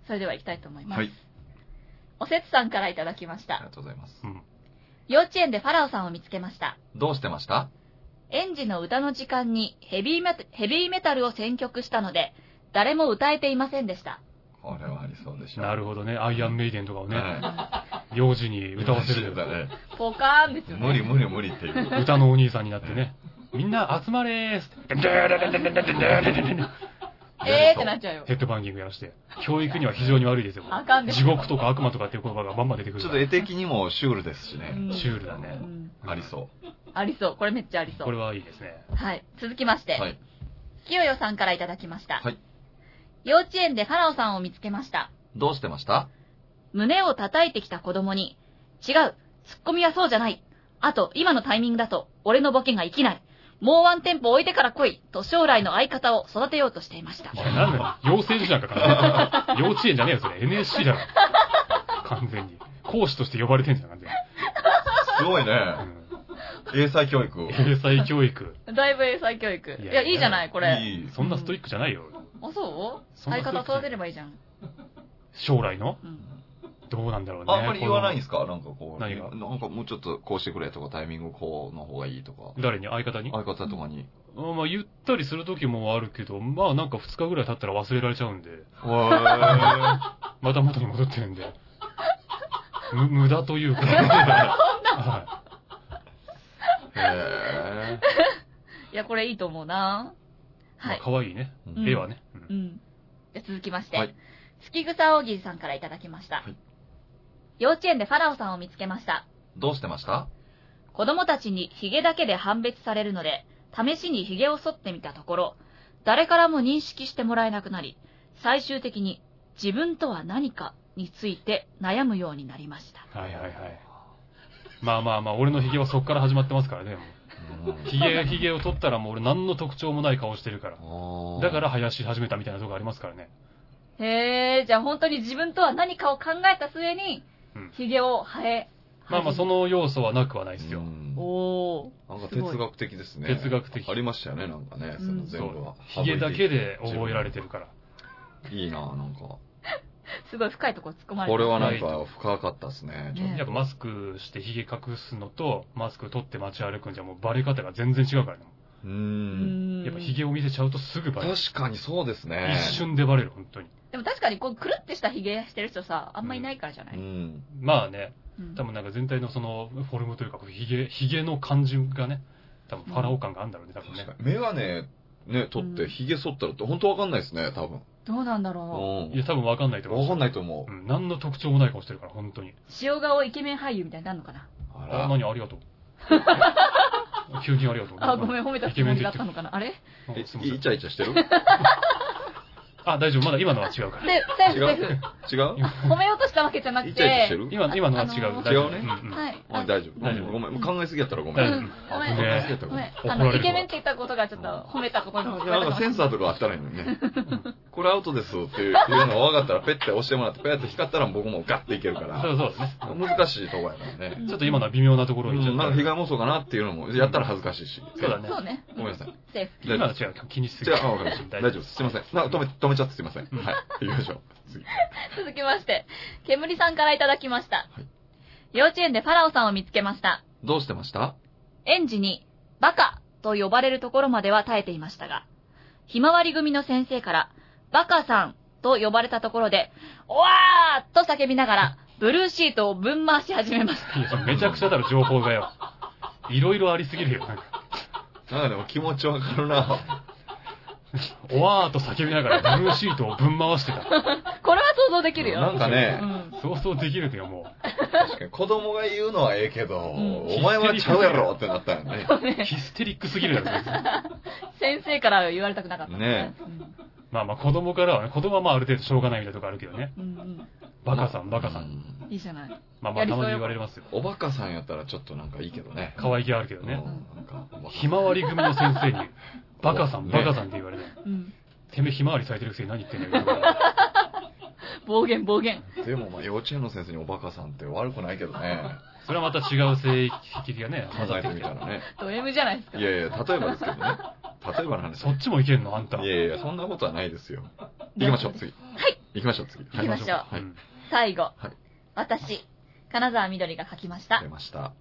Speaker 3: それでは行きたいと思います。
Speaker 2: はい、
Speaker 3: おせつさんからいただきまし
Speaker 2: あり
Speaker 3: た
Speaker 2: が。とうございます。
Speaker 1: うん。
Speaker 3: 幼稚園でファラオさんを見つけました。
Speaker 2: どうしてました
Speaker 3: 園児の歌の時間にヘビーメタヘビーメタルを選曲したので、誰も歌えていません
Speaker 2: <laughs>
Speaker 3: でした。
Speaker 2: これはありそうでしょ。
Speaker 1: なるほどね。アイアンメイデンとかをね、
Speaker 2: ね。
Speaker 1: 幼児に歌わせる。
Speaker 2: だね。
Speaker 3: ポカーンです
Speaker 2: <laughs>
Speaker 3: よ
Speaker 2: 無
Speaker 3: ね。
Speaker 2: 理無理無理っていう。
Speaker 1: <laughs> 歌のお兄さんになってね。みんな集まれーす。
Speaker 3: えーってなっちゃうよ
Speaker 1: ヘ。ッドバンギングやらして。教育には非常に悪いですよ。
Speaker 3: あかんです
Speaker 1: 地獄とか悪魔とかっていう言葉がまんま出てくる
Speaker 2: ちょ
Speaker 1: か
Speaker 2: っと
Speaker 1: ら。
Speaker 2: 絵的にもシュールですしね。
Speaker 1: シュールだ
Speaker 3: う
Speaker 1: ね。
Speaker 3: ん
Speaker 2: ありそ
Speaker 3: ありそう。これめっちゃあり
Speaker 1: う
Speaker 3: そ
Speaker 1: これ
Speaker 3: う。
Speaker 1: はいいですね。
Speaker 3: はい。続きまし
Speaker 2: う。
Speaker 3: て、
Speaker 2: はい。
Speaker 3: 清代さんからいただきました。
Speaker 2: はい
Speaker 3: 幼稚園でファラオさんを見つけました。
Speaker 2: どうしてました
Speaker 3: 胸を叩いてきた子供に、違う、ツッコミはそうじゃない。あと、今のタイミングだと、俺のボケが生きない。もうワンテンポ置いてから来い、と将来の相方を育てようとしていました
Speaker 1: い。や、なんだよ、養成所なんかかな。幼稚園じゃねえよ、それ。NSC だろ。完全に。講師として呼ばれてんじゃん、完全
Speaker 2: すごいね。英才教育。
Speaker 1: に。うん。英才教育。
Speaker 3: だいぶ英才教育。
Speaker 1: い
Speaker 3: い
Speaker 1: や
Speaker 3: や、
Speaker 1: いや
Speaker 3: いいじゃない、これ。
Speaker 2: いい。
Speaker 1: そんなストイックじゃないよ。
Speaker 3: あ、そう
Speaker 1: そんな
Speaker 3: 相
Speaker 1: 人
Speaker 3: 方育てればいいじゃん。
Speaker 1: 将来の
Speaker 3: うん。
Speaker 1: どうなんだろうね。
Speaker 2: あんまり言わないん
Speaker 1: こ
Speaker 2: ですかなんかこう。
Speaker 1: 何が
Speaker 2: なんかもうちょっとこうしてくれとか、タイミングこうの方がいいとか。
Speaker 1: の誰に相方に
Speaker 2: 相方とかに。
Speaker 1: あまあ、言ったりする時もあるけど、まあなんか2日ぐらい経ったら忘れられちゃうんで、
Speaker 2: わ
Speaker 1: また元に戻ってるんで。む無駄という
Speaker 3: <laughs>
Speaker 1: か。は
Speaker 2: ーへ
Speaker 3: いや、これいいと思うな。
Speaker 1: い。ま
Speaker 3: は
Speaker 1: あ
Speaker 3: い。
Speaker 1: 可愛いね。
Speaker 2: ー
Speaker 3: うん
Speaker 1: 絵はね。うん
Speaker 3: うん。じゃ続きまして、
Speaker 2: はい
Speaker 3: 月草大喜利さんからいただきました。
Speaker 2: はい
Speaker 3: 幼稚園でファラオさんを見つけました。
Speaker 2: どうしてました、
Speaker 3: 子供たちにヒゲだけで判別されるので、試しにヒゲを剃ってみたところ、誰からも認識してもらえなくなり、最終的に自分とは何かについて悩むようになりました。
Speaker 1: はいはいはい。まあまあまあ、俺のヒゲはそっから始まってますからね。もうヒゲ、ヒゲを取ったらもう俺何の特徴もない顔してるから。だからら生やし始めたみたいなとこありますからね。
Speaker 3: へえ、じゃあ本当に自分とは何かを考えた末に
Speaker 1: うん、
Speaker 3: ヒゲを生え。
Speaker 1: まあまあ、その要素はなくはないです
Speaker 2: う
Speaker 1: よ。
Speaker 2: ん
Speaker 3: おー。
Speaker 2: なんか哲学的ですね。
Speaker 1: 哲学的
Speaker 2: ありましたよね、なんかね。
Speaker 3: う
Speaker 2: そ
Speaker 3: ん
Speaker 2: の
Speaker 1: そ
Speaker 2: 全部
Speaker 1: う
Speaker 2: は。。
Speaker 1: ヒゲだけで覚えられてるから。
Speaker 2: いいななんか。
Speaker 3: すごい深いところ突っ込まれて
Speaker 2: こ
Speaker 3: る
Speaker 2: れはなんか深かったですね。ちょっ
Speaker 3: ね
Speaker 1: やっぱマスクしてヒゲ隠すのと、マスク取って街歩くんじゃもうバレ方が全然違うからね。
Speaker 2: とう。
Speaker 3: うんん
Speaker 1: やっぱヒゲを見せちゃうとすぐバレる。
Speaker 2: 確かにそうですね。
Speaker 1: 一瞬でバレる、本当に。
Speaker 3: でも確かにこう、くるってしたヒゲしてる人さ、あんまいないからじゃな
Speaker 2: う
Speaker 3: い、
Speaker 2: ん。
Speaker 1: まあね、
Speaker 3: うん
Speaker 1: 多分なんか全体のそのフォルムというか、ヒゲ、ヒゲの感じがね、多分ファラオ感があるんだろうね、多分ね
Speaker 2: 確か。に。メガネ、ね、取っ
Speaker 3: う
Speaker 2: て、
Speaker 3: ん
Speaker 2: ヒゲ剃ったらって、本当わかんないですね、多分。
Speaker 3: どうなんだろ
Speaker 1: いや、多分わかんないと
Speaker 2: うん。
Speaker 1: 思
Speaker 2: わ
Speaker 1: う。
Speaker 2: かんないと思
Speaker 1: う
Speaker 2: う。
Speaker 1: ん、何の特徴もない顔してるから、本当に。
Speaker 3: う。塩顔イケメン俳優みたいになるのかな
Speaker 2: あ
Speaker 1: あ、
Speaker 2: ら。
Speaker 1: 何ありがとう。急にありがとう。
Speaker 3: あ、ごめん、褒めた
Speaker 1: イ
Speaker 3: つ
Speaker 1: ケ
Speaker 3: も
Speaker 1: メン
Speaker 3: り
Speaker 1: で言っ
Speaker 3: だってたのかなあれ
Speaker 1: うん
Speaker 2: え
Speaker 1: すいません
Speaker 2: イチャイチャしてる
Speaker 1: あ、大丈夫、まだ今のは違うか
Speaker 3: セ
Speaker 1: ら。
Speaker 3: ーフ、
Speaker 2: 違
Speaker 3: セーフ、セー
Speaker 2: う違う
Speaker 1: 今
Speaker 3: フ。褒めようとしたわけじゃなく
Speaker 2: イチャイチャして
Speaker 3: て、
Speaker 2: る
Speaker 1: 今今のは違う。
Speaker 3: あのー
Speaker 1: 大丈夫
Speaker 2: 違うね
Speaker 1: うんうん
Speaker 3: はい。
Speaker 2: おい
Speaker 3: あ
Speaker 2: 大丈夫。
Speaker 1: 大丈夫
Speaker 2: ごめん。考えすぎやったらごめん。
Speaker 1: 大丈
Speaker 3: 夫
Speaker 2: あ
Speaker 3: ごめん
Speaker 2: 考えすぎやったら
Speaker 3: ご
Speaker 2: ごめん
Speaker 3: め。ん、あ
Speaker 1: 怒ら
Speaker 3: の、
Speaker 1: れるわ
Speaker 3: イケメンって言ったことがちょっと褒めたことに
Speaker 2: なんかセン
Speaker 3: サ
Speaker 2: サーとかあったらいいのにね。これアウトですっていうのが分かったら、ペッて押してもらって、ペッて光ったら僕もガッていけるから。
Speaker 1: そうそうですね。
Speaker 2: 難しいとこやからね。
Speaker 1: ちょっと今のは微妙なところ
Speaker 2: う
Speaker 1: にいっちゃ
Speaker 2: ん、
Speaker 1: っ
Speaker 2: なん
Speaker 1: た
Speaker 2: か被害妄想かなっていうのも、やったら恥ずかしいし。
Speaker 1: そうだね
Speaker 3: そうね。
Speaker 2: ごめんなさい。
Speaker 3: セーフ。
Speaker 1: 今は違う、気にしすぎ
Speaker 2: じゃあ、わかりました。大丈夫です。すいません。なんか止め、止めちゃってすいません。はい。行きましょう。次。
Speaker 3: 続きまして、煙さんからいただきました。
Speaker 2: はい
Speaker 3: 幼稚園でファラオさんを見つけました。
Speaker 2: どうしてました
Speaker 3: 園児に、バカと呼ばれるところまでは耐えていましたが、ひまわり組の先生から、バカさんと呼ばれたところで、おわーと叫びながら、ブルーシートをぶん回し始めました。
Speaker 1: いやめちゃくちゃだろ、情報がよ。いろいろありすぎるよ。なんか、
Speaker 2: なんかでも気持ちわかるな。
Speaker 1: おわーと叫びながらブルーシートをぶん回してた。
Speaker 3: これは想像できるよ。
Speaker 2: なんかね
Speaker 3: う、ん。
Speaker 1: 想像できるけど、も
Speaker 2: 確かに子供が言うのはええけど、
Speaker 3: ん
Speaker 2: お前はちゃうやろってなったよ
Speaker 3: <laughs>
Speaker 2: ね。
Speaker 1: う、ヒステリックすぎるだろ、そい
Speaker 3: 先生から言われたくなかった。
Speaker 2: ね
Speaker 3: うん
Speaker 1: つまあまあ、子供からはね、子供はまあある程度しょうがないみたいなとこあるけどね。
Speaker 3: うんうん
Speaker 1: バカさん、バカさ。
Speaker 2: うんん。ね
Speaker 3: いいじゃない。
Speaker 1: まあま
Speaker 3: や
Speaker 1: あ、
Speaker 3: り
Speaker 1: た
Speaker 3: そうよ
Speaker 1: まに言われますよ。
Speaker 2: おバカさんやったらちょっとなんかいいけどね。
Speaker 1: 可愛げあるけ
Speaker 2: い
Speaker 1: どね。
Speaker 2: なんか、おバカ
Speaker 1: ひまわり組の先生に、バカさん、
Speaker 2: ね
Speaker 1: バカさんって言われて、
Speaker 3: うん。
Speaker 1: てめえひまわり咲いてるくせに何言ってんだよ。言わ
Speaker 3: 暴言暴言。
Speaker 2: でもまあ幼稚園の先生におバカさんって悪くないけどね。
Speaker 1: れそれはまた違う性癖がね、混
Speaker 2: 考
Speaker 1: ざ
Speaker 2: え
Speaker 1: ってて
Speaker 2: み
Speaker 1: きた
Speaker 2: た
Speaker 1: ら。
Speaker 2: らね。
Speaker 3: ド M じゃないですか。
Speaker 2: いやいや、例えばですけどね。例えばなんです
Speaker 1: そっちもいけんのあんた。
Speaker 2: いやいや、そんなことはないですよ。行きましょう、次。はい。行きましょう、次。
Speaker 1: 行
Speaker 2: は
Speaker 1: き
Speaker 2: い。
Speaker 1: ましょう。
Speaker 2: はい
Speaker 1: うん
Speaker 3: 最後。
Speaker 2: はい
Speaker 3: 私、金沢みどりが書きまし
Speaker 2: 出
Speaker 3: た。
Speaker 2: ました。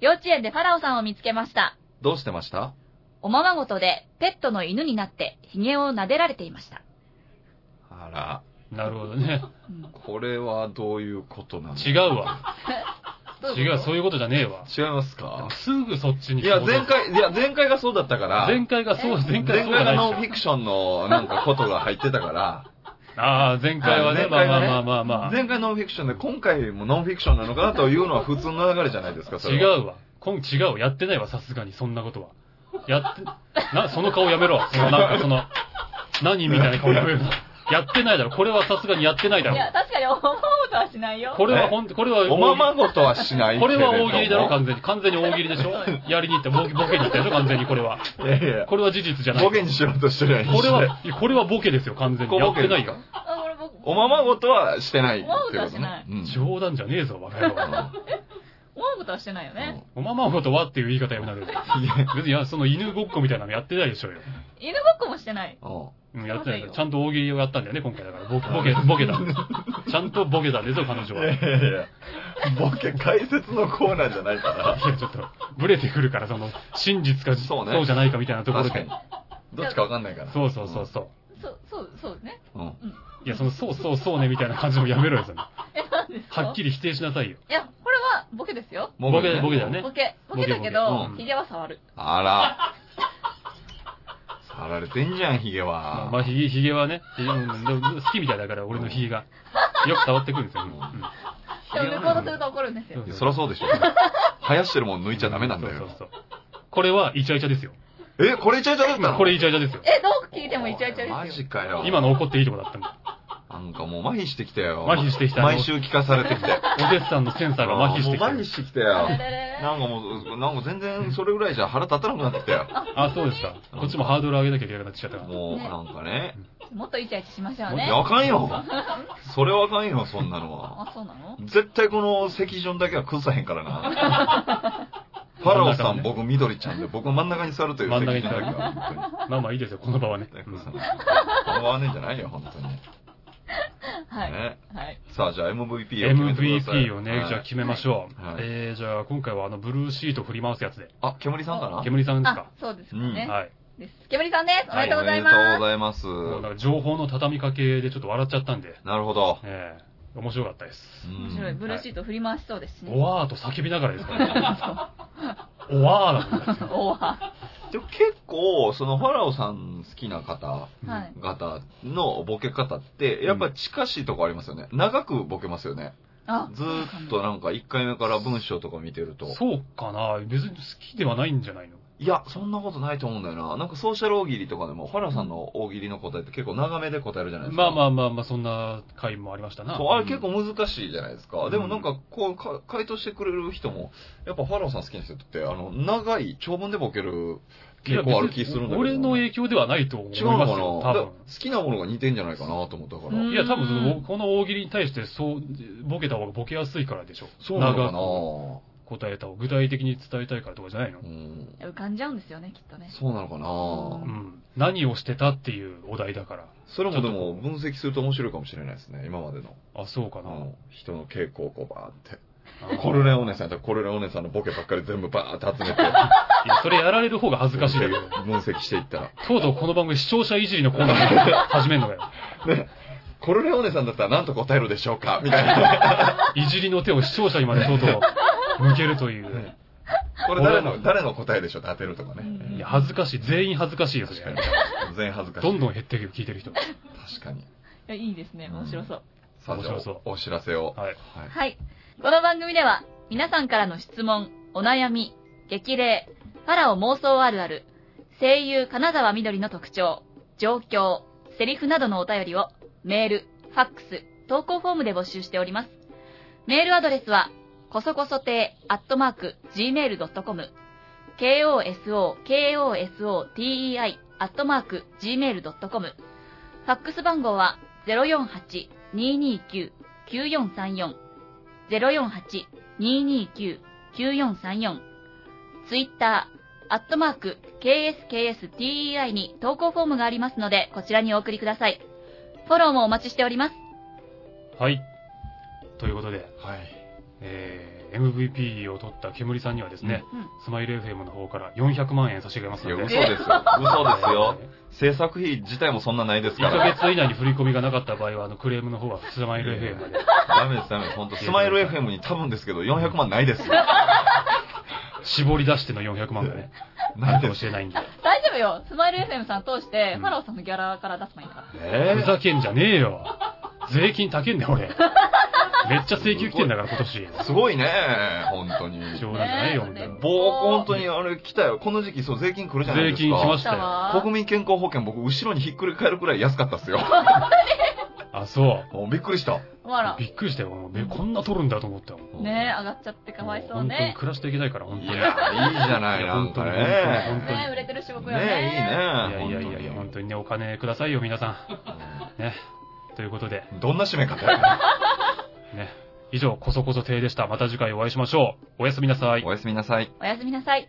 Speaker 3: 幼稚園でファラオさんを見つけました。
Speaker 2: どうしてました
Speaker 3: おままごとでペットの犬になって髭を撫でられていました。
Speaker 2: あら、
Speaker 1: なるほど
Speaker 2: <laughs>
Speaker 1: ね。
Speaker 2: これはどういうことなの
Speaker 1: 違う <laughs> わ。違う、そういうことじゃねえわ。
Speaker 2: 違いますか
Speaker 1: すぐそっちに
Speaker 2: い
Speaker 1: 行
Speaker 2: や、
Speaker 1: 動
Speaker 2: 前。回、いや、前回がそうだったから、
Speaker 1: 前回がそう、前
Speaker 2: 前
Speaker 1: 回
Speaker 2: 回
Speaker 1: そうじゃな
Speaker 2: がノン
Speaker 1: い
Speaker 2: フ
Speaker 1: でし
Speaker 2: ィクションのなんかことが入ってたから、
Speaker 1: ょ。ああ、前回はね、
Speaker 2: 前
Speaker 1: まあま
Speaker 2: 回はね
Speaker 1: あまあまあま
Speaker 2: 前回ノンフィクションで今回もノンフィクションなのかなというのは普通の流れじゃないですか、
Speaker 1: あ。
Speaker 2: そ
Speaker 1: 違
Speaker 2: れは。
Speaker 1: うわ。今違うわ。やってないわ、さすがに、そんなことは。や
Speaker 2: <laughs>
Speaker 1: って、な、その顔やめろ。その、なんかその、何みたいな顔やめろ。やってないだろ。これはさすがにやってないだ
Speaker 3: いや、
Speaker 1: ろ。
Speaker 3: 確かに思うことはしないよ。
Speaker 1: これはほんと、これは、
Speaker 2: おままごとはしないけ
Speaker 1: こ
Speaker 2: れ
Speaker 1: れ
Speaker 2: ども
Speaker 1: は大喜利だろ、完全に。完全に大喜利で
Speaker 2: <laughs>
Speaker 1: しょやりに行って、ボケボケに行ったでしょ、完全にこれは。
Speaker 2: いやいや
Speaker 1: これは事実じゃない。
Speaker 2: ボケにしようとしてない
Speaker 1: これは、 <laughs> いやこれはボケですよ、完全に。やってないよ。
Speaker 3: あ俺僕
Speaker 2: おままごとはしてないって
Speaker 3: おままごと
Speaker 2: い
Speaker 3: は
Speaker 2: う
Speaker 3: し
Speaker 2: こと
Speaker 3: な
Speaker 2: ね
Speaker 3: い。
Speaker 2: うん
Speaker 1: 冗談じゃねえぞ、若い
Speaker 2: <laughs>
Speaker 1: は。
Speaker 3: 思うことはしてないよね。
Speaker 1: おままごとはっていう言い方やめなさい。別に、いやその犬ごっこみたいなのやってないでしょうよ。
Speaker 3: 犬ごっこもしてない。
Speaker 2: うんうん
Speaker 1: うん、やってないから
Speaker 3: そうだよ
Speaker 1: ちゃんと大喜利をやったんだよね、今回だから。ボケ、ボケ、ボケだ。ちゃんとボケたんですよ、彼女
Speaker 2: <laughs>
Speaker 1: は。い
Speaker 2: いやいやいやボケ解説のコーナーじゃないから。
Speaker 1: や、ちょっと、ブレてくるから、その、真実か、
Speaker 2: そうね
Speaker 1: じゃないかみたいなところ
Speaker 2: 確か
Speaker 1: で
Speaker 2: に。。どっちかわかんないから。
Speaker 1: そうそうそうそう。
Speaker 3: そう、そう、そうね。
Speaker 2: うん。うん。
Speaker 1: いや、その、そうそうそうねみたいな感じもやめろよ、その。
Speaker 3: え、なんですか
Speaker 1: はっきり否定しなさいよ。
Speaker 3: いや、これはボケですよ。
Speaker 1: ボケだボケだよね
Speaker 3: ボケ。ボケだけ
Speaker 1: ボ
Speaker 3: ど
Speaker 1: ケボケう、ん
Speaker 3: ヒゲは触る。
Speaker 2: あら。触られてんじゃん、ヒゲ
Speaker 1: まあ
Speaker 2: は。
Speaker 1: まあ、ひげ、ひげはね、ひげうんでも好きみたいだから、俺のひげが。よく伝わってくるんですよ。うん
Speaker 3: でも抜こうとすると怒るんですよ。
Speaker 2: そりゃそうでしょ。生やしてるもん抜いちゃダメなんだ
Speaker 1: そう
Speaker 2: よ。
Speaker 1: そうそう。これはイチャイチャですよ。
Speaker 2: え、これイチャイチャだったの
Speaker 1: これイチャイチャですよ。
Speaker 3: え、どう聞いてもイチャイチャ
Speaker 2: マ
Speaker 3: ですよ。
Speaker 2: ジかよ。
Speaker 1: 今の怒っていいとこだったんだ。
Speaker 2: なんかもう麻痺してきたよ。
Speaker 1: 麻痺してきた
Speaker 2: 毎週聞かされてきて。
Speaker 1: お弟子さんのセンサーが麻痺してき
Speaker 2: あーもう麻痺
Speaker 1: て。
Speaker 2: してきたよ
Speaker 3: あ。れれれれ
Speaker 2: なんかもう、なんか全然それぐらいじゃ腹立たなくなってきたよ。
Speaker 1: あ、そうでした。こっちもハードル上げなきゃいけなくなってきちゃったから。
Speaker 2: もう、
Speaker 3: ね
Speaker 2: なんかね。
Speaker 3: もっとイチャイチャしましょう
Speaker 2: い
Speaker 3: ね
Speaker 2: や。あかんよ。それはあかんよ、そんなのは。
Speaker 3: あ、そうなの
Speaker 2: 絶対この赤順だけは崩さへんからな。
Speaker 1: <laughs>
Speaker 2: ファラオさん、僕、緑ちゃんで、僕真ん中に座るという
Speaker 1: 真ん
Speaker 2: 赤
Speaker 1: 中
Speaker 2: 順
Speaker 1: に座
Speaker 2: だ
Speaker 1: る
Speaker 2: けは、本当に。
Speaker 1: まあまあいいですよ、この場はね。
Speaker 2: 絶対
Speaker 1: うん
Speaker 2: 崩さない。合わねえんじゃないよ、本当に。
Speaker 3: はい。
Speaker 2: ね
Speaker 3: はい。
Speaker 2: さあ、じゃあ MVP を決めてください。
Speaker 1: MVP をね、じゃあ決めましょう
Speaker 2: はい。
Speaker 1: えー、じゃあ今回はあの、ブルーシート振り回すやつで。
Speaker 2: あ、煙さんかな
Speaker 1: 煙さんです
Speaker 3: あ
Speaker 1: か、
Speaker 3: そうですか
Speaker 2: う
Speaker 3: ね。
Speaker 1: はい。
Speaker 3: です。煙さんです。おめでとうござい
Speaker 2: おめでとう
Speaker 3: ま
Speaker 2: ございます。
Speaker 1: もうなんか情報の畳みかけでちょっと笑っちゃったんで、
Speaker 2: なるほど。
Speaker 1: えー、面白かったです。
Speaker 2: うん
Speaker 3: す。面白い。ブルーシート振り回しそうですし
Speaker 1: お
Speaker 3: ね。
Speaker 1: わーと叫びながらです <laughs> からね。おわーだもんね。
Speaker 3: おわ。
Speaker 2: でも結構、そのファラオさん好きな方
Speaker 3: はい。
Speaker 2: 々のボケ方って、やっぱ近しいとこありますよね。長くボケますよね。
Speaker 3: あ、
Speaker 2: ずーっとなんか1回目から文章とか見てると。
Speaker 1: そうかな別に好きではないんじゃないの
Speaker 2: いや、そんなことないと思うんだよな。なんかソーシャル大喜利とかでも、ファラオさんの大喜利の答えって結構長めで答えるじゃないですか。
Speaker 1: まあまあまあまあ、そんな回もありましたな。
Speaker 2: そうあれ結構難しいじゃないですか。
Speaker 1: うん
Speaker 2: でもなんか、こうか、回答してくれる人も、やっぱファラオさん好きな人って、あの、長い、長文でボケる、結構ある気するんだけど。
Speaker 1: 俺の影響ではないと思い
Speaker 2: 違うの
Speaker 1: ま
Speaker 2: か
Speaker 1: す
Speaker 2: な
Speaker 1: よ、
Speaker 2: だ
Speaker 1: 多
Speaker 2: から
Speaker 1: 分
Speaker 2: 好。きなものが似てんじゃないかなと思ったから。
Speaker 3: うん
Speaker 1: いや、多分その、この大喜利に対して、そう、ボケた方がボケやすいからでしょ。
Speaker 2: そうなのかな
Speaker 1: 長く答えた方が具体的に伝えたいからとかじゃないの
Speaker 2: うん。
Speaker 3: 浮かんじゃうんですよね、きっとね。
Speaker 2: そうなのか
Speaker 1: う。
Speaker 2: なん
Speaker 1: 何をしてたっていうお題だから。
Speaker 2: それもでも分析すると面白いかもしれないですね、今までの。
Speaker 1: あ、そうか
Speaker 2: あ
Speaker 1: な。
Speaker 2: の、人の傾向をこうバーって。
Speaker 1: あー
Speaker 2: コルレお姉さんやったらコルレお姉さんのボケばっかり全部バーって集めて、
Speaker 1: いや、それやられる方が恥ずかしいんだけど。
Speaker 2: 分析していったら。
Speaker 1: とうとうこの番組視聴者いじりのコーナー始めんのか
Speaker 2: <laughs>
Speaker 1: よ。
Speaker 2: ね、コルレお姉さんだったら何と答えるでしょうかみたいな。
Speaker 1: いじりの手を視聴者にまでとうとう向けるという。
Speaker 2: これ誰の、誰の答えでしょうって当てるとか
Speaker 3: うん
Speaker 2: ね。
Speaker 1: いや、恥ずかしい。全員恥ずかしいよ、そ
Speaker 2: 確か
Speaker 1: れ
Speaker 2: に。全員恥ずかしい。
Speaker 1: どんどん減っていくよ、聞いてる人。
Speaker 2: 確かに。
Speaker 3: いや、いいですね。面白そう。
Speaker 2: さあ、じゃ
Speaker 1: 面白
Speaker 2: あ
Speaker 1: そ
Speaker 2: お知らせを。
Speaker 1: はい。
Speaker 2: はい
Speaker 3: はい。この番組では、皆さんからの質問、お悩み、激励、ファラオ妄想あるある、声優金沢みどりの特徴、状況、セリフなどのお便りを、メール、ファックス、投稿フォームで募集しております。メールアドレスは、こそこそ亭アットマーク gmail.com、koso, koso, tei アットマーク gmail.com、ファックス番号は、048-229-9434、048-229-9434、ツイッター、アットマーク、kskstei に投稿フォームがありますので、こちらにお送りください。フォローもお待ちしております。
Speaker 1: はい。ということで、
Speaker 2: はい。
Speaker 1: えー、MVP を取った煙さんにはですね、
Speaker 3: うん
Speaker 1: スマイル FM の方から400万円差し上げます
Speaker 2: いや、
Speaker 1: の
Speaker 2: 嘘
Speaker 1: で
Speaker 2: で、すよ。嘘ですよ。制作費自体もそんなないですか
Speaker 1: 1
Speaker 2: ら。
Speaker 1: ヶ月以内に振り込みがなかった場合は、あの、クレームの方はスマイル FM まで。
Speaker 2: ダメです、ダメです。本当スマイル FM に多分ですけど、400万ないです。
Speaker 1: 絞り出しての400万がね、
Speaker 2: ない
Speaker 1: か
Speaker 2: で
Speaker 1: も
Speaker 2: す。
Speaker 1: しれないんで。
Speaker 5: 大丈夫よ。スマイル FM さん通して、
Speaker 1: うん
Speaker 5: ファラオさんのギャラから出すもいいから。
Speaker 2: え
Speaker 1: ふざけんじゃねえよ。税金高けんね
Speaker 5: <laughs>
Speaker 1: 俺。めっちゃ請求来てんだから、今年。
Speaker 2: すごいね、本当に。
Speaker 1: 冗談じゃないよ、
Speaker 5: ね
Speaker 1: 本当に。
Speaker 2: 僕、本当にあれ来たよ。この時期、そう、税金来るじゃないで
Speaker 1: 税
Speaker 2: すか。
Speaker 1: 金来ま
Speaker 5: 来
Speaker 1: した
Speaker 5: た
Speaker 1: よ。
Speaker 5: わ。
Speaker 2: 国民健康保険、僕、後ろにひっくり返るくらい安かったっ
Speaker 1: <laughs>
Speaker 2: すよ。
Speaker 1: あ、そ
Speaker 2: もうびっくりした。
Speaker 5: ほら
Speaker 1: う。。びっくりしたよ。もうねこんな取るんだと思ったよ。
Speaker 5: ねえ、上がっちゃってかわいそう
Speaker 1: 本当に
Speaker 5: ね。
Speaker 1: 暮らしていけないから、本
Speaker 2: い
Speaker 1: 当
Speaker 2: や、
Speaker 1: に。
Speaker 2: い
Speaker 1: い
Speaker 2: い
Speaker 1: や、
Speaker 2: じゃない、なんかね。
Speaker 1: 本当に
Speaker 5: ねえ売れてるし僕よね。
Speaker 2: ねえ、
Speaker 1: い
Speaker 2: いいね。
Speaker 1: やいやいや、本
Speaker 2: に
Speaker 1: 当にね、お金くださいよ、皆さん。ね。ということで、
Speaker 2: うんどんな締め方や
Speaker 1: ね。以上、こそこそ亭でした。また次回お会いしましょう。おやすみなさい。
Speaker 2: おやすみなさい。
Speaker 3: おやすみなさい。